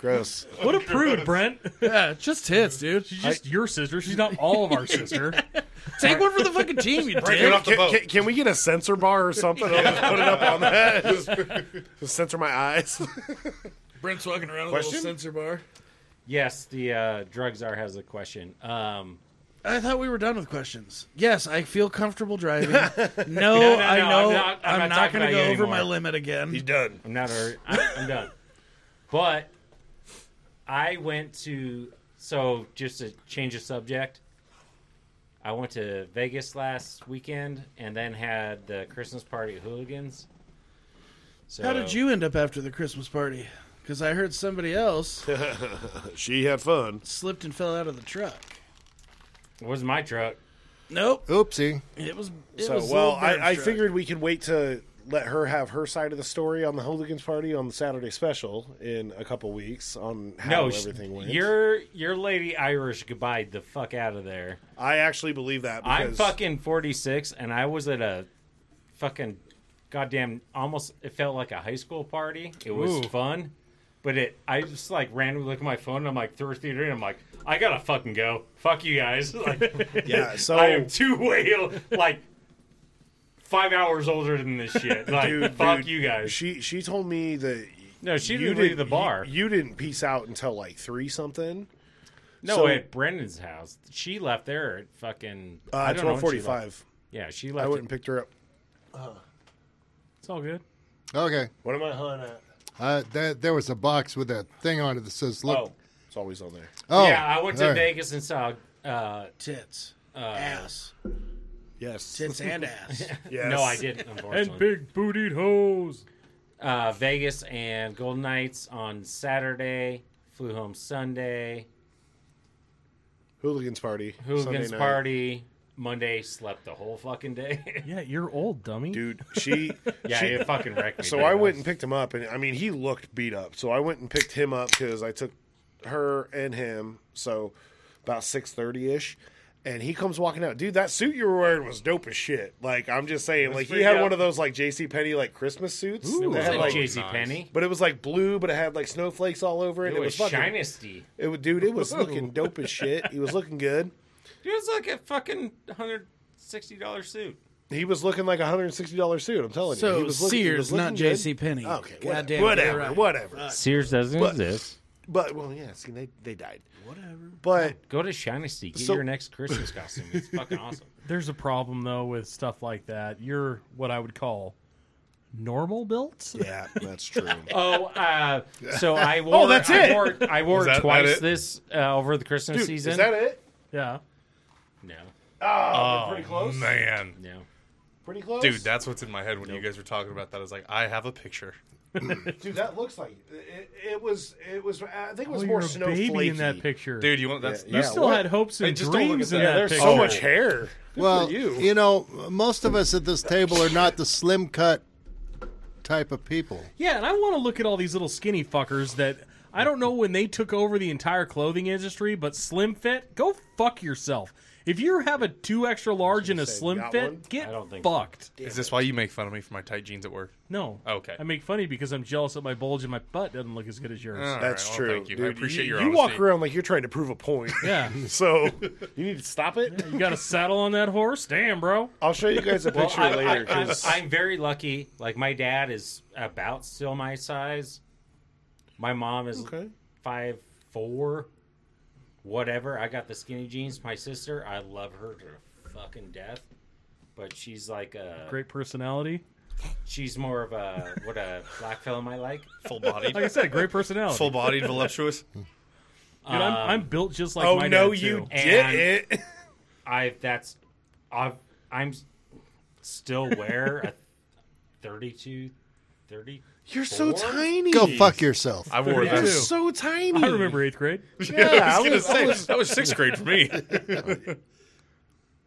B: Gross.
A: What a prude, Brent.
E: Yeah, it's just hits, dude.
A: She's just your sister. She's not all of our sister.
E: Take one for the fucking team, you
F: Get
E: dick.
F: off the
B: Can,
F: boat.
B: can- can we get a censor bar or something? I'll just put it up on that. Just- just censor my eyes.
E: Brent's walking around with a
B: Question?
E: little censor bar.
D: Yes, the uh, drug czar has a question. Um,
E: I thought we were done with questions. Yes, I feel comfortable driving. No,
D: no,
E: I
D: no,
E: know
D: I'm not- I'm
E: going
D: not talking
E: to
D: about
E: go
D: you
E: over
D: anymore.
E: my limit again.
B: done.
D: I'm not. already- I- I'm done. But I went to. So just to change the subject, I went to Vegas last weekend and then had the Christmas party at Hooligans. So
E: How did you end up after the Christmas party? Because I heard somebody else
B: She had fun.
E: slipped and fell out of the truck.
D: It was my truck.
E: Nope,
C: Oopsie.
E: it was. It
B: So
E: was
B: well,
E: Lil Bird's
B: I, I
E: truck.
B: figured we could wait to let her have her side of the story on the hooligans party on the Saturday special in a couple weeks on how
D: No, sh-
B: everything went.
D: your your lady Irish goodbye the fuck out of there.
B: I actually believe that because
D: I'm fucking 46 and I was at a fucking goddamn almost it felt like a high school party. It was
A: Ooh.
D: fun. But it I just like randomly look at my phone and I'm like thirsty and I'm like I got to fucking go. Fuck you guys. Like,
B: yeah. So
D: I am two way like 5 hours older than this shit. Like
B: dude,
D: fuck
B: dude,
D: you guys.
B: She she told me that
D: no, she
B: you
D: didn't leave the
B: you-
D: bar.
B: You, didn't peace out until like three something.
D: no,
B: so-
D: at Brendan's house. She left there at fucking I
B: Uh,
D: don't know
B: twelve
D: when she
B: forty
D: left.
B: five.
D: Yeah, she
B: I
D: left.
B: went
D: at-
B: and picked her up.
A: It's all good.
C: Okay.
B: What am I hunting at?
C: Uh, there, there was a box with a thing on it that says,
B: Oh,
C: look.
B: it's always on there.
C: Oh,
D: yeah, I went to
C: all right.
D: Vegas and saw uh,
E: tits, ass,
B: Yes.
E: tits and ass.
B: yes.
D: No, I didn't.
A: And
D: Unfortunately,
A: big bootied hoes.
D: uh, Vegas and Golden Knights on Saturday. Flew home Sunday.
B: Hooligans party.
D: Hooligans
B: Sunday night.
D: party Monday. Slept the whole fucking day.
A: Yeah, you're old, dummy.
B: Dude, she.
D: yeah,
B: she,
D: it fucking wrecked me.
B: So
D: big
B: I
D: time.
B: went and picked him up, and I mean, he looked beat up. So I went and picked him up because I took her and him. So about six thirty ish, and he comes walking out. Dude, that suit you were wearing was dope as shit. Like I'm just saying, like he
D: pretty
B: had
D: dope.
B: one of those like J.C. Penney like Christmas suits. that
D: It was
B: had,
D: like
B: like-
D: J.C. Penny.
B: but it was like blue, but it had like snowflakes all over it.
D: It,
B: It,
D: was
B: was, fucking.
D: shinesty.
B: It was, dude, it was looking dope as shit. He was looking good.
D: It was like a fucking hundred sixty dollar suit.
B: He was looking like a hundred and sixty dollars suit. I'm telling you.
E: So
B: He was looking- he
E: Sears,
B: was
E: not
B: looking good.
E: J.C. Penney.
B: Okay,
E: Goddamn,
B: whatever,
E: you're
B: whatever,
E: right.
B: whatever.
D: Sears doesn't
B: But-
D: exist.
B: But well, yeah. See, they they died.
E: Whatever.
B: But
D: Go to Shinesty. Get
B: So-
D: your next Christmas costume. It's fucking awesome.
A: There's a problem though with stuff like that. You're what I would call normal built.
B: yeah, that's true.
D: Oh, uh, so I wore.
B: Oh, that's
D: I
B: it.
D: wore, I wore
F: Is that-
D: twice
F: that it?
D: this uh, over the Christmas
B: Dude,
D: season.
B: is that it?
A: Yeah.
D: No,
B: Oh, pretty close.
F: Man.
D: no.
B: Pretty close.
F: Dude, that's what's in my head when you guys were talking about that. I was like, I have a picture.
B: Dude, that looks like it, it was. It was. I think it was
A: Oh,
B: more
A: you're a
B: snowflakey.
A: baby in that picture.
F: Dude, you want that's
B: Yeah,
A: you
B: yeah,
F: that's-
A: still
B: what?
A: had hopes and
F: Hey, just don't look
A: dreams
F: at
A: in
F: that.
A: that
B: There's
A: picture.
B: so much hair. Good
C: Well,
B: for you.
C: you know, most of us at this table are not the slim cut type of people.
A: Yeah, and I want to look at all these little skinny fuckers that I don't know when they took over the entire clothing industry, but Slim Fit, go fuck yourself. If you have a two extra large and a
B: say,
A: slim
B: got
A: fit,
B: one?
A: get
D: I don't think so.
A: fucked.
F: Is this why you make fun of me for my tight jeans at work?
A: No.
F: Okay.
A: I make funny because I'm jealous that my bulge and my butt doesn't look as good as yours.
F: All
B: That's
F: right, well,
B: true.
F: thank you. I
B: dude.
F: appreciate
B: you,
F: your
B: You walk
F: honesty.
B: around like you're trying to prove a point.
A: Yeah.
B: So you need to stop it.
A: You got a saddle on that horse? Damn, bro.
B: I'll show you guys a
D: Well,
B: picture
D: I,
B: later.
D: I, am
B: 'cause-
D: very lucky. Like my dad is about still my size. My mom is
B: Okay.
D: five four, whatever. I got the skinny jeans. My sister, I love her to fucking death, but she's like a
A: Great personality.
D: she's more of a what a black fella might like.
F: Full bodied.
A: Like I said, great personality.
F: Full bodied, voluptuous.
A: Dude, I'm, I'm built just like
B: oh
A: my
B: no,
A: dad,
B: you
A: too.
D: And-
B: did it.
D: I that's I've I'm s- still wear a 32, 30.
B: You're so
D: Four?
B: tiny.
C: Go fuck yourself.
F: I wore
A: Yeah.
B: You're
A: Too.
F: that.
B: so tiny.
A: I remember eighth grade.
B: Yeah,
F: I
B: I
F: was gonna
B: was- I
F: say
B: was-
F: that was sixth grade for me.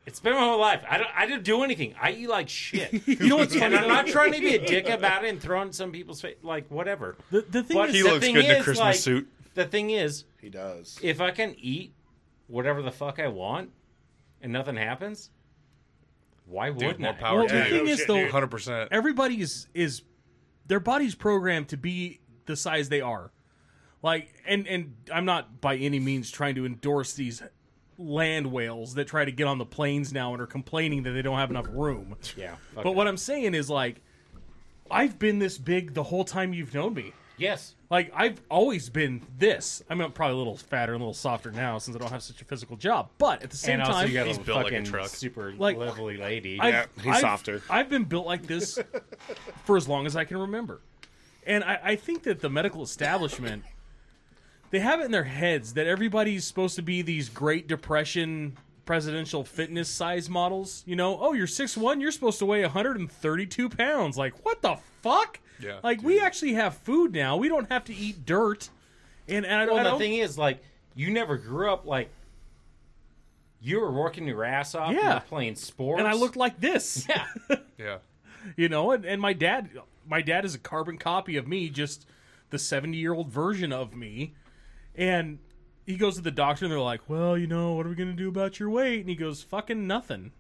D: It's been my whole life. I don't. I didn't do anything. I eat like shit.
A: You know what's
D: and
A: funny?
D: I'm not trying to be a dick about it and throw in some people's face, like whatever.
A: The, the thing
D: But
A: is,
F: He
D: the
F: looks
D: thing
F: good in a
D: is,
F: Christmas
D: like,
F: suit.
D: The thing is,
B: He does.
D: if I can eat whatever the fuck I want and nothing happens, why
F: Dude,
D: wouldn't
F: more
D: I?
F: power
A: Well,
F: to
A: the
F: you.
A: thing is, though-
F: hundred percent.
A: everybody is is their body's programmed to be the size they are like and and i'm not by any means trying to endorse these land whales that try to get on the planes now and are complaining that they don't have enough room
D: yeah, fuck
A: but
D: it.
A: what i'm saying is like i've been this big the whole time you've known me
D: Yes,
A: like I've always been this. I mean, I'm probably a little fatter and a little softer now since I don't have such a physical job. But at the same
D: and also
A: time,
D: you got a
F: He's built like a
D: fucking
F: truck.
D: super
A: Like-
D: lovely lady.
A: I've-
B: Yeah, he's
A: I've-
B: softer.
A: I've been built like this for as long as I can remember. And I, I think that the medical establishment, they have it in their heads that everybody's supposed to be these Great Depression presidential fitness size models. You know, oh, you're 6'1, you're supposed to weigh 132 pounds. Like, what the fuck?
F: Yeah,
A: like, we actually have food now. We don't have to eat dirt. And, and I, don't- I
D: well,
A: don't
D: the thing is, like, you never grew up like you were working your ass off. you
A: Yeah.
D: were playing sports,
A: and I look like this.
D: yeah.
F: Yeah.
A: you know and, and my dad my dad is a carbon copy of me just the 70 year old version of me and he goes to the doctor and they're like well you know what are we going to do about your weight and he goes fucking nothing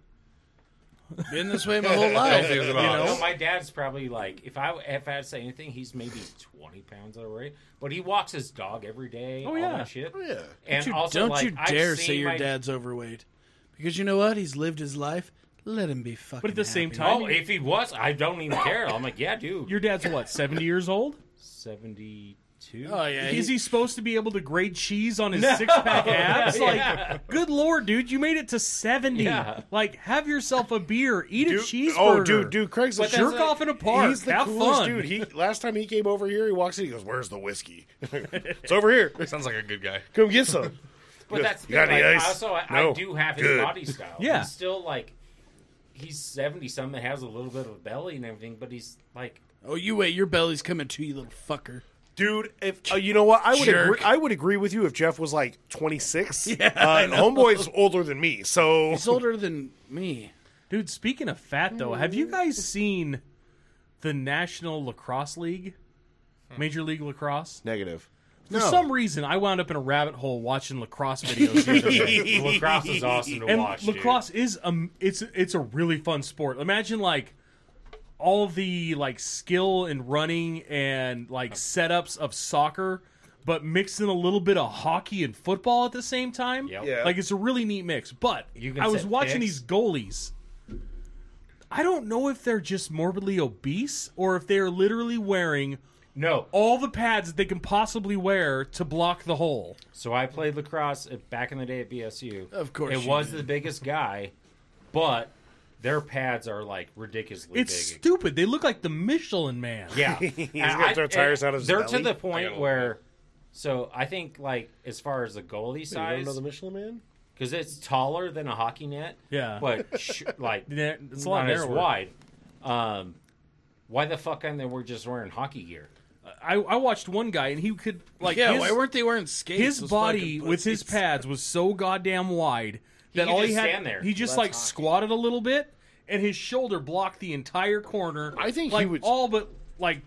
E: Been this way my whole life.
F: Healthy as an
A: know?
F: ox.
D: No, my dad's probably like if I if I had to say anything, he's maybe twenty pounds overweight, but he walks his dog every day.
A: Oh,
D: all
A: yeah.
D: that shit.
B: Yeah.
D: And
E: Don't you,
D: also,
E: don't
D: like,
E: you
D: I've
E: dare
D: seen
E: say your
D: my-
E: dad's overweight, because you know what? He's lived his life. Let him be fucking.
A: but at the same
E: happy.
A: time
D: Oh, if he was, I don't even care. I'm like, yeah, dude,
A: your dad's what 70 years old
D: seventy-two.
E: oh yeah,
A: is
E: he-
A: he supposed to be able to grade cheese on his six-pack abs
D: Yeah.
A: like good lord dude you made it to 70
D: Yeah.
A: like have yourself a beer eat a cheeseburger
B: oh, dude, dude, Craig's
A: But
B: the
A: jerk off in a park.
B: He's the
A: Have
B: coolest
A: fun.
B: dude. He last time he came over here, he walks in. He goes, "Where's the whiskey? it's over here.
F: Sounds like a good guy.
B: Come get some."
D: But that's the
B: You got
D: thing. Like,
B: any
D: I
B: ice?
D: also, I, I
B: No.
D: do have his
B: Good.
D: body style.
A: Yeah.
D: he's still like he's seventy something, has a little bit of a belly and everything, but he's like,
E: oh, you wait. Your belly's coming to you, little fucker.
B: Dude, if uh, you know what, I would
E: Jerk.
B: agree, I would agree with you if Jeff was like 26. Yeah, uh, homeboy's older than me, so
E: He's older than me.
A: Dude, speaking of fat though, have you guys seen the National Lacrosse League? Major League Lacrosse?
B: negative.
A: For some reason, I wound up in a rabbit hole watching lacrosse videos. the other day.
D: lacrosse is awesome to
A: and
D: watch. dude.
A: lacrosse is um it's it's a really fun sport. Imagine like all the like skill and running and like setups of soccer but mixed in a little bit of hockey and football at the same time.
D: Yep.
B: Yeah.
A: Like it's a really neat mix. But
D: You can
A: I was
D: set
A: watching
D: picks.
A: these goalies. I don't know if they're just morbidly obese or if they're literally wearing
D: No,
A: all the pads that they can possibly wear to block the hole.
D: So I played lacrosse at, back in the day at BSU.
E: Of course
D: it
E: you
D: was
E: did.
D: the biggest guy, but their pads are like ridiculously
A: It's
D: big.
A: stupid. They look like the Michelin man.
D: yeah,
B: He's
D: And
B: gonna
D: I-
B: throw tires out of his
D: They're to
B: belly?
D: the
F: I
D: point
F: gotta
D: where, so I think like as far as the goalie size,
B: Michelin Man?
D: because it's taller than a hockey net.
A: Yeah.
D: but sh- like
A: Yeah, it's a lot
D: not as
A: narrower.
D: wide. Um, why the fuck aren't they? We're just wearing hockey gear.
A: I, I watched one guy and he could like
E: yeah,
A: his,
E: why weren't they wearing skates?
A: his
E: those
A: body
E: fucking
A: with his
E: pussies?
A: pads was so goddamn wide that
D: could
A: all he
D: just
A: had
D: stand there.
A: he just like squatted a little bit and his shoulder blocked the entire corner.
B: I think he
A: like
B: would-
A: all but like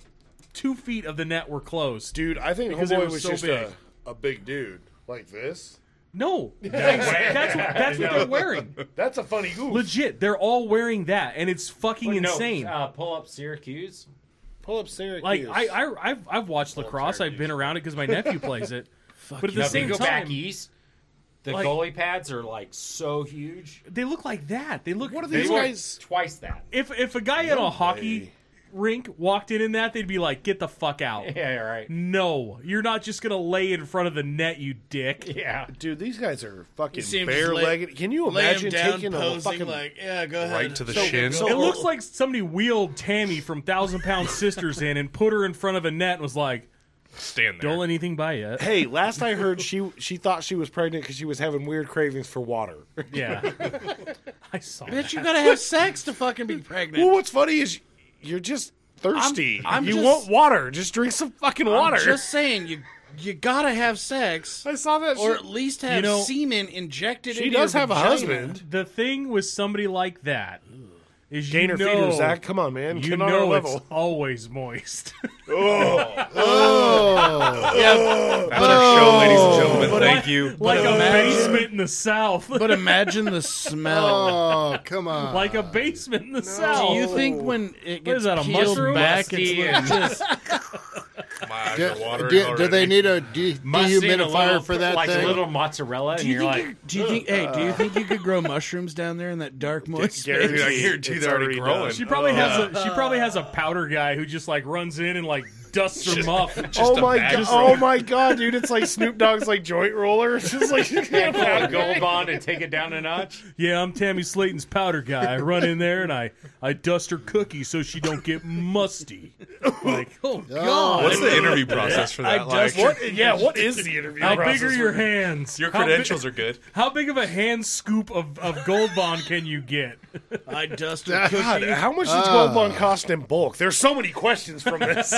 A: two feet of the net were closed.
B: Dude, I think
A: Because it
B: homeboy
A: was
B: was
A: so
B: just
A: big.
B: a, a big dude like this,
A: No, that's, that's what, that's what they're wearing.
H: That's a funny goof.
A: Legit, they're all wearing that, and it's fucking
D: Wait, no,
A: insane.
D: uh, pull up Syracuse.
B: Pull up Syracuse.
A: like I, I, I've, I've watched lacrosse. I've been around it because my nephew plays it. but at the
D: Now, if you
A: same
D: go
A: time,
D: back east, the
A: like-
D: goalie pads are like so huge.
A: they look like that. They look. What are
D: They
A: these
D: were
A: guys?
D: twice that.
A: If if a guy at a hockey rink walked in in that, they'd be like, "Get the fuck out."
D: Yeah, yeah, right.
A: No, you're not just gonna lay in front of the net, you dick.
D: Yeah.
B: Dude, these guys are fucking
E: see him just
B: bare legged.
E: lay-
B: Can you
E: Lay
B: imagine
E: him down,
B: taking
E: posing
B: a fucking
E: like, yeah, go ahead.
F: Right to the shin.
A: It looks like somebody wheeled Tammy from Thousand Pound Sisters in and put her in front of a net and was like,
F: Stand there.
A: "Don't let anything by yet."
B: Hey, last I heard, she she thought she was pregnant because she was having weird cravings for water.
A: Yeah, I saw. that.
E: Bitch, you gotta have sex to fucking be pregnant.
B: well, what's funny is you're just thirsty.
E: I'm
B: you
E: just-
B: want water? Just drink some fucking water.
E: I'm just saying, you you gotta have sex,
B: I saw that.
E: or
B: shit.
E: at least have
A: You know,
E: semen injected.
B: she
E: into
B: does
E: your
B: have a
E: vagina.
B: husband.
A: The thing with somebody like that is you
B: Gainer
A: know,
B: feeder, Zach. Come on, man.
A: You
B: Get on our
A: know it's
B: level.
A: always moist.
F: That's our show, ladies and gentlemen. Thank you.
A: like a
E: But imagine-
A: basement in the south.
E: But imagine the smell.
C: Oh, come on.
A: like a basement in the
E: Do
A: south.
E: you think when it
A: What
E: gets
A: is that, a
E: peeled
A: mushroom?
E: back, it's
D: Musty
E: like just
F: My eyes
C: do,
F: are watering
C: do- do
F: already.
C: they need a de-
D: Must need a
C: dehumidifier
D: little-
C: for that
D: like
C: thing?
D: a little mozzarella, and
E: Do you
D: you're
E: think?
D: like,
E: you, do you think? Hey, do you think you could grow mushrooms down there in that dark moist
B: Gary,
E: space?
F: Dude, I hear two
B: It's
F: they're already
B: already done.
F: growing. Uh,
A: she probably has a she probably has a powder guy who just like runs in and like dusts them off.
B: Oh
F: a
B: my
F: bag
B: god!
F: of
B: Oh
F: roller.
B: my god, dude! It's like Snoop Dogg's like joint roller. It's just like
D: "Oh, gold bond and take it down a notch.
A: Yeah, I'm Tammy Slayton's powder guy. I run in there and I I dust her cookie so she don't get musty. Like, oh god.
F: What's the interview process for that? Like,
B: what? Yeah, what is the
F: Oh,
B: interview?
A: How
B: process
A: big are
B: with
A: your hands?
F: your
A: How bi-
F: credentials are good.
A: How big of a hand scoop of, of gold bond can you get?
E: I dust a cookie.
B: God, how much does gold bond cost in bulk? There's so many questions from this.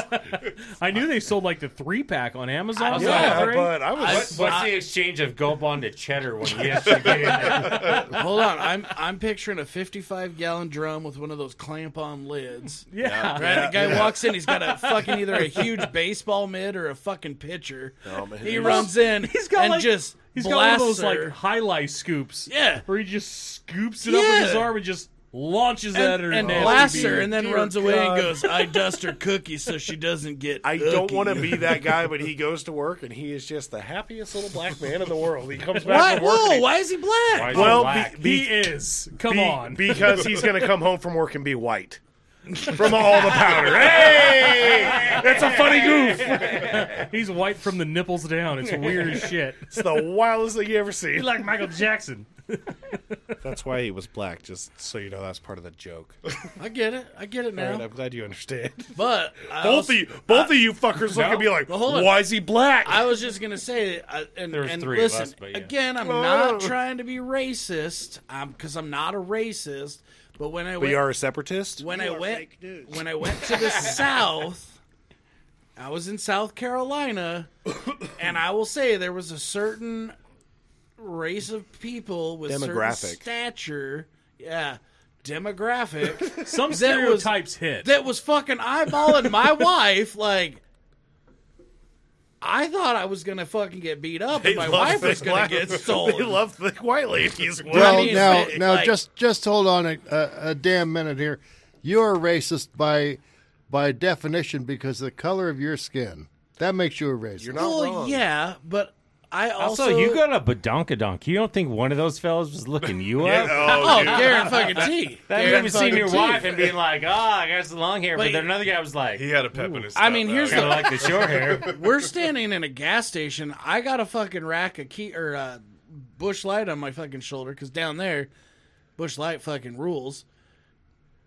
A: I knew they sold like the three pack on Amazon.
D: was like,
B: yeah,
D: Right?
B: but I
D: What,
B: was.
D: what's the exchange of gold bond to cheddar when you actually get in there?
E: Hold on, I'm I'm picturing a 55 gallon drum with one of those clamp on lids.
A: yeah.
E: Right, the guy walks in. He's got a fucking either a huge baseball mitt or a fucking pitcher.
B: Oh,
E: he runs in.
A: He's got
E: and
A: like
E: just
A: he's got one of
E: blasts
A: those like
E: her.
A: highlight scoops.
E: Yeah.
A: where he just scoops it up with his
E: Yeah.
A: arm and just launches at
E: and,
A: her
E: and
A: nasty
E: blasts
A: beard.
E: her and then
B: Dear
E: runs away
B: God.
E: and goes, "I dust her cookie so she doesn't get."
B: I don't
E: ookie."
B: want to be that guy, but he goes to work and he is just the happiest little black man in the world. He comes back
E: Why?
B: from work.
E: Whoa! Why is he black?
D: Why is it
B: Well,
D: black?
B: be- be-
A: He is. Come
B: be-
A: on.
B: because he's going to come home from work and be white from all the powder. Hey, that's a funny goof.
A: he's white from the nipples down. It's weird as shit.
B: It's the wildest thing you ever see.
A: He's like Michael Jackson.
B: That's why he was black. Just so you know, that's part of the joke.
E: I get it. I get it now.
B: And I'm glad you understand.
E: But I
B: Both
E: also-
B: of you, both of you fuckers look at me like,
E: Well, hold on.
B: why is he black?
E: I was just gonna say, I, and,
D: There's
E: and
D: three of us,
E: listen
D: but yeah.
E: again. I'm not trying to be racist, because I'm not a racist. But when I
B: but
E: went,
B: you are a separatist.
E: when I went, when I went to the South, I was in South Carolina, and I will say there was a certain race of people with certain
B: Demographic.
E: stature, yeah, demographic
A: Some
E: That was-
A: stereotypes hit.
E: that was fucking eyeballing my wife like I thought I was gonna fucking get beat up and my
B: love
E: wife was
B: the
E: gonna
B: black-
E: get
B: They
E: stolen.
B: love the white ladies.
C: Well,
E: I mean,
C: now,
E: like-
C: now,
E: like-
C: just just hold on a, a, a damn minute here. You're racist by by definition because of the color of your skin that makes you a racist.
B: You're not
E: Well,
B: wrong.
E: yeah, but I also,
D: Also, you got a badonkadonk. You don't think one of those fellas was looking you up?
F: Oh,
E: oh Darren fucking T.
D: That
E: Darren
D: man was seeing
E: fucking
D: your
E: T.
D: wife and being like, "Ah, I got the long hair," but,
E: But-
D: then another guy was like,
F: he had a pep in his.
E: I mean,
F: step,
E: here's
F: though.
D: "I like the short hair."
E: We're standing in a gas station. I got a fucking rack of key or uh, bush light on my fucking shoulder because down there, bush light fucking rules.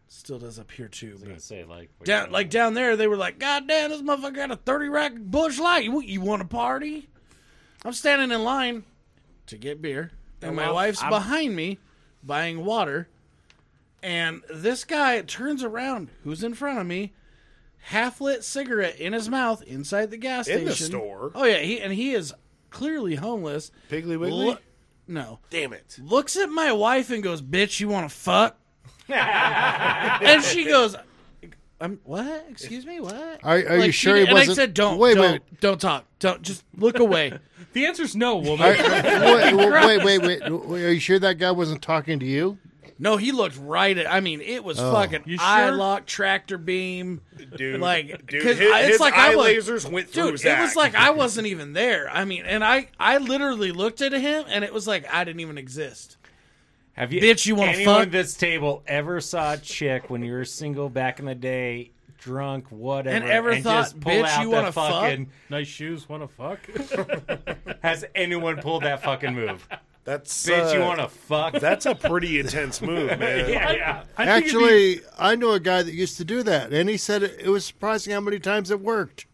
E: Still does up here too. But
D: Say like, what you
E: down
D: know.
E: like down there they were like god damn this motherfucker got a 30 rack bush light you, you want a party i'm standing in line to get beer and my
D: well,
E: wife's
D: I'm-
E: behind me buying water and this guy turns around who's in front of me half lit cigarette in his mouth inside the gas
B: In
E: station
B: the store?
E: oh yeah he and he is clearly homeless
B: Piggly Wiggly.
E: Look- no
B: Damn it.
E: looks at my wife and goes, "Bitch, you want to fuck?" and she goes, I'm what? Excuse me, what?
C: Are- are you
E: she
C: sure he
E: did- and I
C: wasn't-
E: said, don't,
C: Wait,
E: don't,
C: wait.
E: don't talk, don't just look away.
A: The answer's no, woman.
C: Are- wait, wait, wait, wait, wait. Are you sure that guy wasn't talking to you?
E: no, he looked right at. I mean, it was
C: Oh.
E: fucking
A: You sure?
E: eye lock, tractor beam,
B: Dude,
E: like
B: dude,
E: 'cause
B: his,
E: I- it's
B: his
E: like
B: eye
E: I was-
B: lasers went through
E: dude.
B: his
E: It was like I wasn't even there. I mean, and I I literally looked at him, and it was like I didn't even exist.
D: Have you,
E: Bitch, you wanna
D: anyone
E: fuck?
D: at this table ever saw a chick when you were single back in the day, drunk, whatever,
E: And ever thought,
D: just pull
E: "Bitch,
D: out
E: you
D: that
E: wanna fuck?"
D: fucking?
A: nice shoes, wanna fuck?
D: Has anyone pulled that fucking move?
B: That's
D: Bitch, you
B: uh,
D: want to fuck?
B: That's a pretty intense move, man.
D: yeah, yeah.
A: I think it'd be-
C: Actually, I knew a guy that used to do that, and he said it, it was surprising how many times it worked.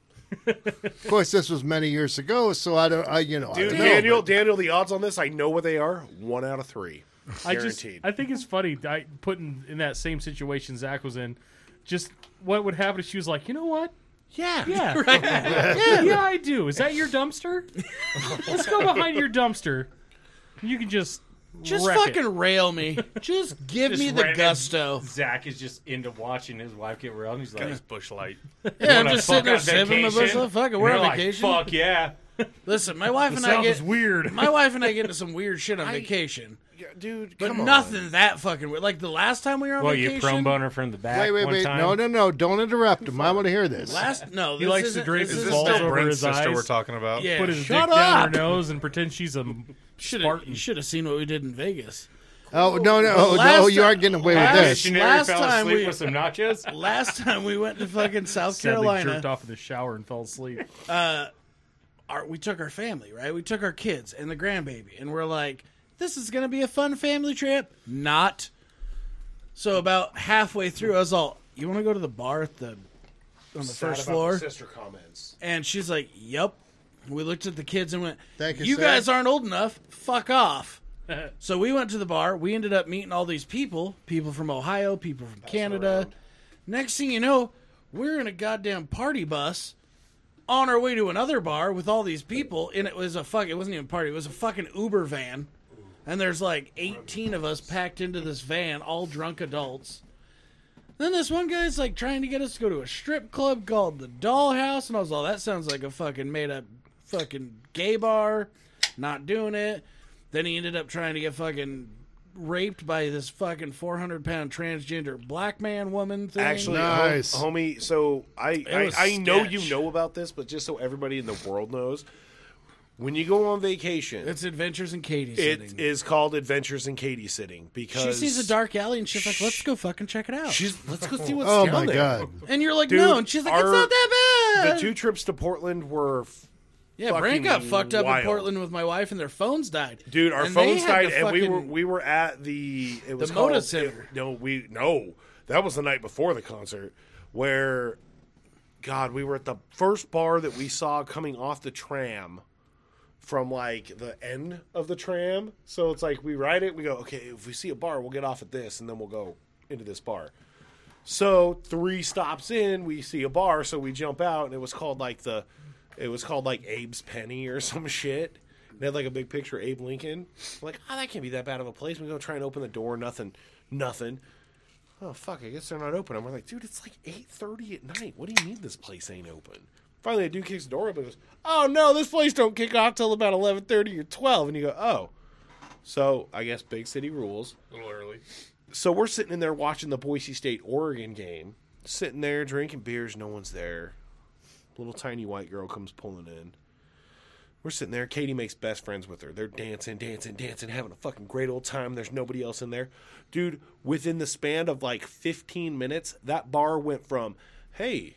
C: of course, this was many years ago, so I don't. I you know, I
B: Dude,
C: don't know.
B: Daniel, Daniel, the odds on this, I know what they are. One out of three.
A: I just,
B: Guaranteed.
A: I think it's funny. I putting in that same situation Zach was in. Just what would happen if she was like, you know what?
E: Yeah,
A: Yeah, yeah, yeah, I do. Is that your dumpster? Let's go behind your dumpster. You can just
E: just
A: wreck
E: fucking
A: It.
E: rail me. Just give
D: Just
E: me the
D: random-
E: gusto.
D: Zach is just into watching his wife get railed. and He's like,
F: Nice bush light.
E: Yeah, I'm
D: "Wanna
E: just
D: fuck
E: sitting there
D: on
E: sipping my
D: vacation?"
E: bush. Fuck it,
D: And
E: we're
D: they're
E: on
D: like,
E: vacation.
D: Fuck yeah.
E: Listen, my wife and I
A: South
E: get
A: is weird.
E: my wife and I get into some weird shit on vacation.
B: dude,
E: But
B: come on.
E: nothing that fucking weird. Like the last time we were on
D: Well, you
E: vacation.
D: prone boner from the back.
C: Wait, wait,
D: one
C: wait!
D: Time.
C: No, no, no! Don't interrupt him. I want to hear this.
E: Last no, this
A: He likes
E: isn't-
A: to drape
E: this
A: his
E: isn't-
A: balls
F: Still
A: over
F: Brent's
A: his
F: sister we're
A: eyes.
F: talking about.
E: Yeah,
A: Put his
E: shut
A: dick down her
E: up.
A: nose and pretend she's a
E: Should
A: Spartan.
E: have should have seen what we did in Vegas.
C: Oh no, no, oh,
E: Last
C: no! You
E: ti-
C: aren't getting away with
E: last-
C: this.
D: Missionary
E: Last
D: fell
E: time
D: asleep
E: we-
D: with some nachos.
E: Last time we went to fucking South
A: sadly
E: Carolina,
A: jerked off in the shower and fell asleep.
E: our, we took our family, right? We took our kids and the grandbaby, and we're like, this is going to be a fun family trip. Not. So about halfway through, I was all, you want to go to the bar at the on the first floor?
B: Sister comments.
E: And she's like, "Yep." We looked at the kids and went,
C: Thank you,
E: you
C: sir."
E: guys aren't old enough. Fuck off." so we went to the bar. We ended up meeting all these people, people from Ohio, people from Canada.
B: around.
E: Next thing you know, we're in a goddamn party bus on our way to another bar with all these people, and it was a fuck. It wasn't even a party. It was a fucking Uber van, and there's like eighteen of us packed into this van, all drunk adults. Then this one guy's like trying to get us to go to a strip club called the Dollhouse, and I was all that sounds like a fucking made up fucking gay bar. Not doing it. Then he ended up trying to get fucking raped by this fucking four hundred pound transgender black man woman thing.
B: Actually,
C: Nice.
B: hom- homie, so I, I,
E: was
B: I know you
E: sketch.
B: know about this, but just so everybody in the world knows, when you go on vacation,
E: it's Adventures in Katie.
B: it
E: sitting.
B: is called Adventures in Katie Sitting because
E: She sees a dark alley and she's like, "Let's go fucking check it out."
B: She's, let's go see what's
C: Oh
B: down
C: my
B: there.
C: god!
E: and you're like,
B: Dude,
E: "No," and she's like,
B: our-
E: "It's not that bad."
B: The two trips to Portland were, f-
E: yeah,
B: fucking
E: Brand got fucked up
B: wild.
E: in Portland with my wife, and their phones died.
B: dude. Our
E: And they
B: phones
E: had
B: died,
E: to
B: and we
E: fucking-
B: were we were at the it was
E: The
B: called,
E: Moda Center.
B: it- no, we no, that was the night before the concert where, God, we were at the first bar that we saw coming off the tram. From like the end of the tram, so it's like we ride it. We go, okay, if we see a bar, we'll get off at this, and then we'll go into this bar. So three stops in, we see a bar, so we jump out, and it was called like the, it was called like Abe's Penny or some shit. They had like a big picture of Abe Lincoln. I'm like, ah, that can't be that bad of a place. We go try and open the door, nothing, nothing. Oh fuck, I guess they're not open. And we're like, dude, it's like eight thirty at night. What do you mean this place ain't open? Finally, a dude kicks the door open. and Goes, oh no, this place don't kick off till about eleven thirty or twelve. And you go, oh, so I guess big city rules
F: A little early.
B: so we're sitting in there watching the Boise State Oregon game, sitting there drinking beers. No one's there. Little tiny white girl comes pulling in. We're sitting there. Katie makes best friends with her. They're dancing, dancing, dancing, having a fucking great old time. There's nobody else in there. Dude, within the span of like 15 minutes, that bar went from, hey,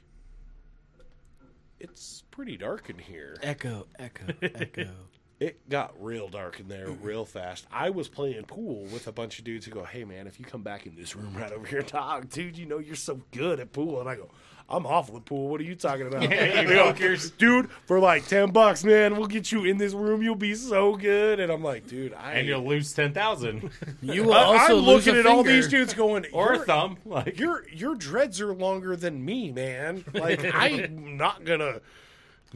B: it's pretty dark in here.
E: echo, echo, echo.
B: It got real dark in there
E: Mm-hmm.
B: real fast. I was playing pool with a bunch of dudes who go, Hey man, if you come back in this room right over here, dog, dude, you know you're so good at pool. And I go, I'm awful at pool. What are you talking about?
D: you
B: They go,
D: pokers.
B: Dude, for like 10 bucks, man, we'll get you in this room. You'll be so good. And I'm like, Dude, I.
D: And you'll lose ten thousand
E: You will
B: I-
E: also
B: I'm
E: lose
B: looking
E: a
B: at all
E: finger.
B: these dudes going,
D: or a
B: "You're-
D: thumb. Like
B: your your dreads are longer than me, man. Like I'm not gonna.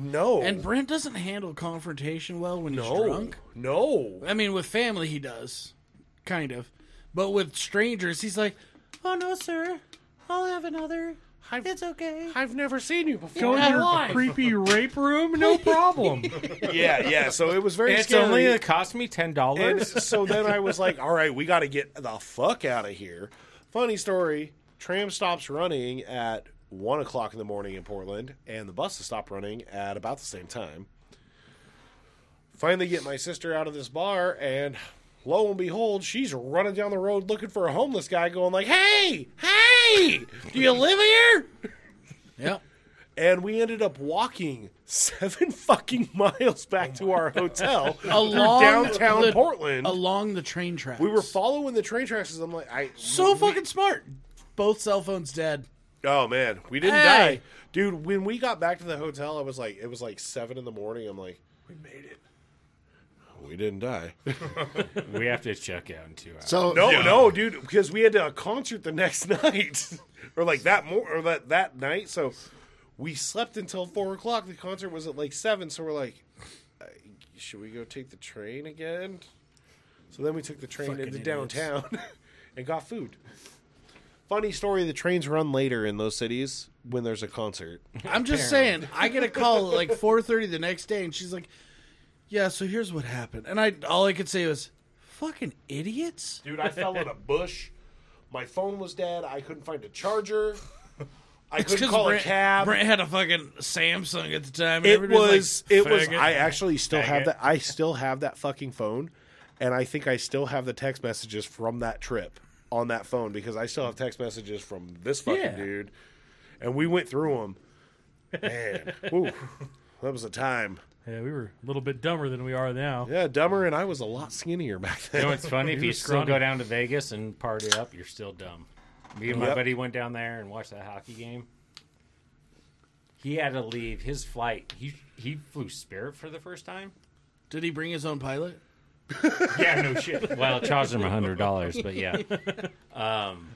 B: No,
E: And Brent doesn't handle confrontation well when he's
B: no,
E: drunk.
B: no.
E: I mean, with family he does, kind of, but with strangers he's like, "Oh no, sir, I'll have another."
B: I've,
E: It's okay.
B: I've never seen you
A: Go
B: before.
A: to
B: in my
A: your
B: life.
A: creepy rape room, no problem.
B: Yeah, yeah. So it was very
D: It's
B: scary.
D: only it cost me ten
B: And
D: dollars.
B: so then I was like, all right, we got to get the fuck out of here. Funny story tram stops running at one o'clock in the morning in Portland, and the buses stop running at about the same time. Finally, get my sister out of this bar, and lo and behold, she's running down the road looking for a homeless guy, going like, "Hey, hey, do you live here?"
E: Yep.
B: And we ended up walking seven fucking miles back to our hotel through
E: Along
B: downtown
E: the-
B: Portland.
E: Along the train tracks.
B: We were following the train tracks. And I'm like, I
E: so fucking smart. Both cell phones dead.
B: Oh man, we didn't
E: Hey!
B: die, dude. When we got back to the hotel, I was like, it was like seven in the morning. I'm like, we made it. We didn't die.
D: we have to check out in two hours.
C: So
B: No, no, dude, because we had a concert the next night, or like that more, or that that night. So we slept until four o'clock. The concert was at like seven. So we're like, uh, should we go take the train again? So then we took the train
E: Fucking
B: into
E: idiots.
B: downtown and got food. Funny story: the trains run later in those cities when there's a concert.
E: I'm just saying, I get a call at like 4:30 the next day, and she's like, "Yeah, so here's what happened." And I, all I could say was, "Fucking idiots."
B: Dude, I fell in a bush. My phone was dead. I couldn't find a charger. I couldn't call a cab.
E: Brent had a fucking Samsung at the time. And
B: it was
E: everybody's like,
B: it was
E: "Faggot."
B: I actually still have
D: Faggot.
B: that I still have that fucking phone and I think I still have the text messages from that trip on that phone because I still have text messages from this fucking
A: Yeah.
B: dude and we went through them. Man, whew, that was a time.
A: yeah, we were a little bit dumber than we are now.
B: Yeah, dumber and I was a lot skinnier back
D: You know
B: then.
D: what's funny? if
A: You're
D: you still
A: scrawny.
D: go down to Vegas and party up, you're still dumb. Me and my
B: Yep.
D: buddy went down there and watched that hockey game. He had to leave his flight. He he flew Spirit for the first time.
E: Did he bring his own pilot?
D: Yeah, no shit. Well, it charged him hundred dollars, but yeah,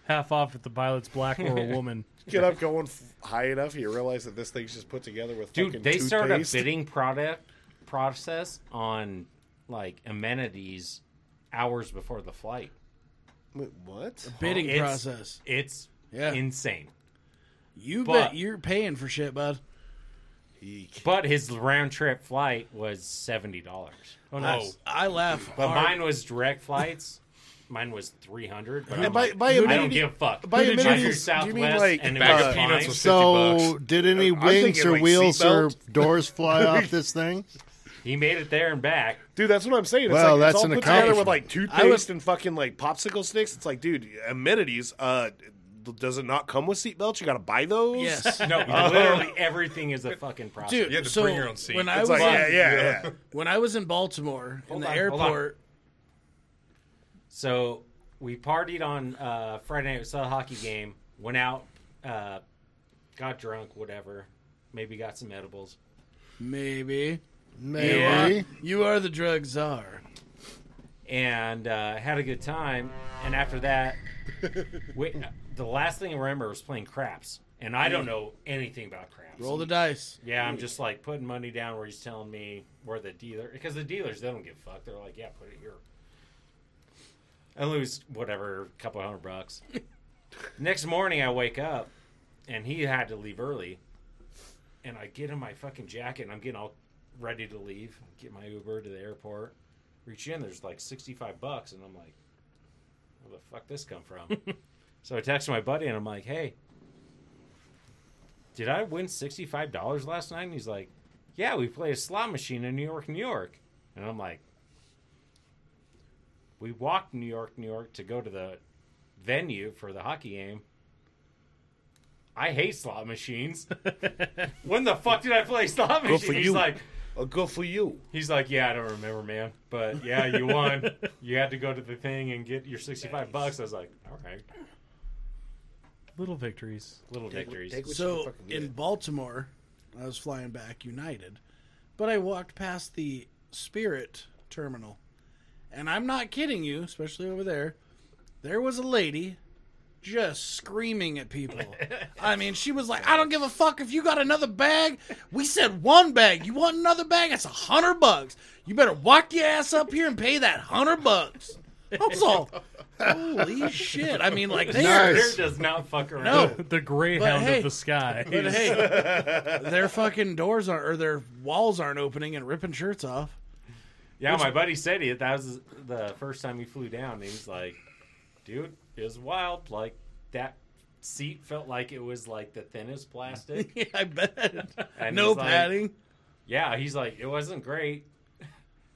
A: Half off if the pilot's black or a woman.
B: Get up going f- high enough, you realize that this thing's just put together with
D: dude,
B: fucking
D: they started a
B: toothpaste.
D: bidding product process on like amenities hours before the flight.
B: Wait, what?
E: Bidding
D: It's-
E: process.
D: It's
E: Yeah.
D: insane.
E: You
D: but-
E: bet you're paying for shit, bud.
D: But his round trip flight was seventy dollars.
A: Oh, nice.
E: I laugh.
D: But
E: hard.
D: mine was direct flights. mine was three hundred. But I'm
B: by-
D: like,
B: by
D: I don't
B: amenity-
D: give a fuck.
B: by
D: I flew
B: amenities, do you
D: Southwest
B: mean, like,
D: and it
F: bag
D: was
F: of peanuts
D: fine.
F: was-
C: So,
F: 50
C: did any wings
B: thinking,
C: or
B: like,
C: wheels or
B: seatbelt.
C: doors fly off this thing?
D: He made it there and back.
B: Dude, that's what I'm saying. It's
C: Well,
B: like, it's
C: that's
B: all
C: an
B: put together
C: accomplishment.
B: with like toothpaste
E: I would-
B: and fucking like popsicle sticks. It's like, dude, amenities. Uh, does it not come with seatbelts? You got to buy those.
E: Yes.
D: No, literally everything is a fucking process.
E: Dude,
F: You had to
E: so
F: bring your own seat.
E: When I,
B: It's
E: was
B: like,
E: in,
B: yeah, yeah, yeah.
E: when I was in Baltimore in the
D: on, hold on.
E: airport,
D: So we partied on uh, Friday night. We saw a hockey game. Went out, uh, got drunk, whatever. Maybe got some edibles.
E: maybe
C: Maybe.
E: you are the drug czar.
D: and uh, had a good time. And after that, we, the last thing I remember was playing craps, and I don't know anything about craps.
E: Roll the dice.
D: yeah, I'm just like putting money down where he's telling me where the dealer, because the dealers they don't give a fuck. They're like, yeah, put it here. I lose whatever, a couple hundred bucks. Next morning, I wake up, and he had to leave early. And I get in my fucking jacket, and I'm getting all ready to leave. Get my Uber to the airport. Reach in, there's like 65 bucks, and I'm like, where the fuck this come from? so I text my buddy, and I'm like, hey, did I win $65 last night? And he's like, yeah, we played a slot machine in New York, New York. And I'm like, we walked New York, New York to go to the venue for the hockey game. I hate slot machines. when the fuck did I play slot machines?
B: for
D: He's
B: you.
D: like,
B: Uh, good for you.
D: he's like, yeah, I don't remember, man. But yeah, you won. you had to go to the thing and get your sixty-five bucks. I was like, all right,
A: Little victories.
D: little victories.
B: take- Which you
E: So
B: fucking
E: in
B: get.
E: Baltimore, I was flying back United, but I walked past the Spirit terminal, and I'm not kidding you, especially over there. There was a lady just screaming at people. I mean, she was like, "I don't give a fuck if you got another bag." We said one bag. You want another bag? That's a hundred bucks. You better walk your ass up here and pay that hundred bucks. I was all, holy shit! I mean, like they are,
C: Nice.
D: does not fuck around.
E: no,
A: The Greyhound
E: hey-
A: of the Sky.
E: but hey, their fucking doors aren't or their walls aren't opening and ripping shirts off.
D: Yeah, my buddy said he that was the first time he flew down. He was like, "Dude, it was wild. Like that seat felt like it was like the thinnest plastic.
E: Yeah, I bet.
D: And
E: no
D: he's like-
E: padding.
D: yeah, he's like, it wasn't great,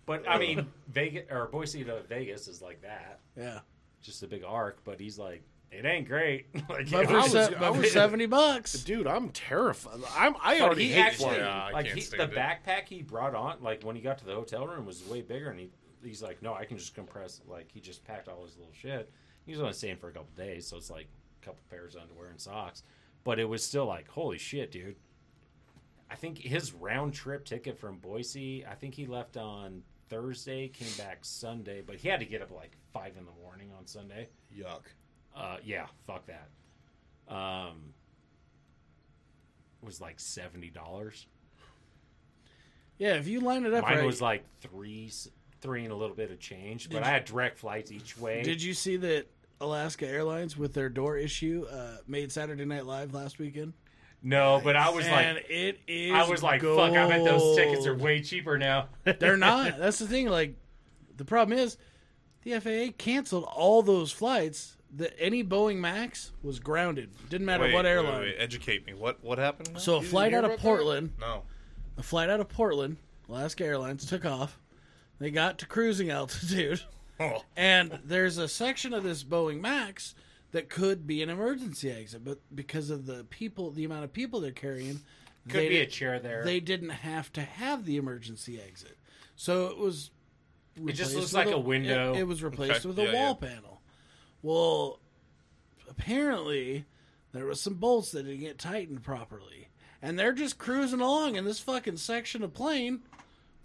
D: but I mean, Vegas or Boise to Vegas is like that,
E: yeah,
D: just a big arc. But he's like, it ain't great. like,
E: but
D: it
E: for,
D: was-
E: se-
B: I
E: but for
B: was-
E: seventy bucks,
B: Dude, I'm terrified. I'm, I
D: but
B: already
D: he
B: hate
D: actually
B: flying.
F: Yeah, I
D: like
F: can't
D: he, the
F: stand it.
D: backpack he brought on like when he got to the hotel room was way bigger and he he's like no I can just compress like he just packed all his little shit he was only staying for a couple days so it's like a couple pairs of underwear and socks but it was still like holy shit dude I think his round trip ticket from Boise I think he left on Thursday came back Sunday but he had to get up at, like five in the morning on Sunday
B: Yuck.
D: uh, yeah, fuck that. Um, was like seventy dollars.
E: yeah. If you line it up
D: Mine
E: right,
D: was like three, s- three and a little bit of change, but I had direct flights each way.
E: Did you see that Alaska Airlines with their door issue uh, made Saturday Night Live last weekend?
D: No, but I was
E: and
D: like,
E: it is.
D: I was like, fuck! I bet those tickets are
E: gold.
D: way cheaper now.
E: They're not. That's the thing. Like, the problem is, the FAA canceled all those flights. That any Boeing Max was grounded. Didn't matter
F: Wait,
E: what
F: wait,
E: airline.
F: wait, educate me. What what happened? now?
E: So a
F: You didn't
E: flight
F: hear
E: out of
F: about that?
E: Portland,
F: No.
E: a flight out of Portland, Alaska Airlines took off. They got to cruising altitude.
F: Oh,
E: And there's a section of this Boeing Max that could be an emergency exit, but because of the people, the amount of people they're carrying,
D: Could
E: they
D: be a
E: di-
D: chair there.
E: They didn't have to have the emergency exit, so it was. It
D: just looks like a window.
E: It, was replaced
F: Okay,
E: with a
F: yeah,
E: wall
F: yeah.
E: panel. Well, apparently there was some bolts that didn't get tightened properly, and they're just cruising along, and this fucking section of plane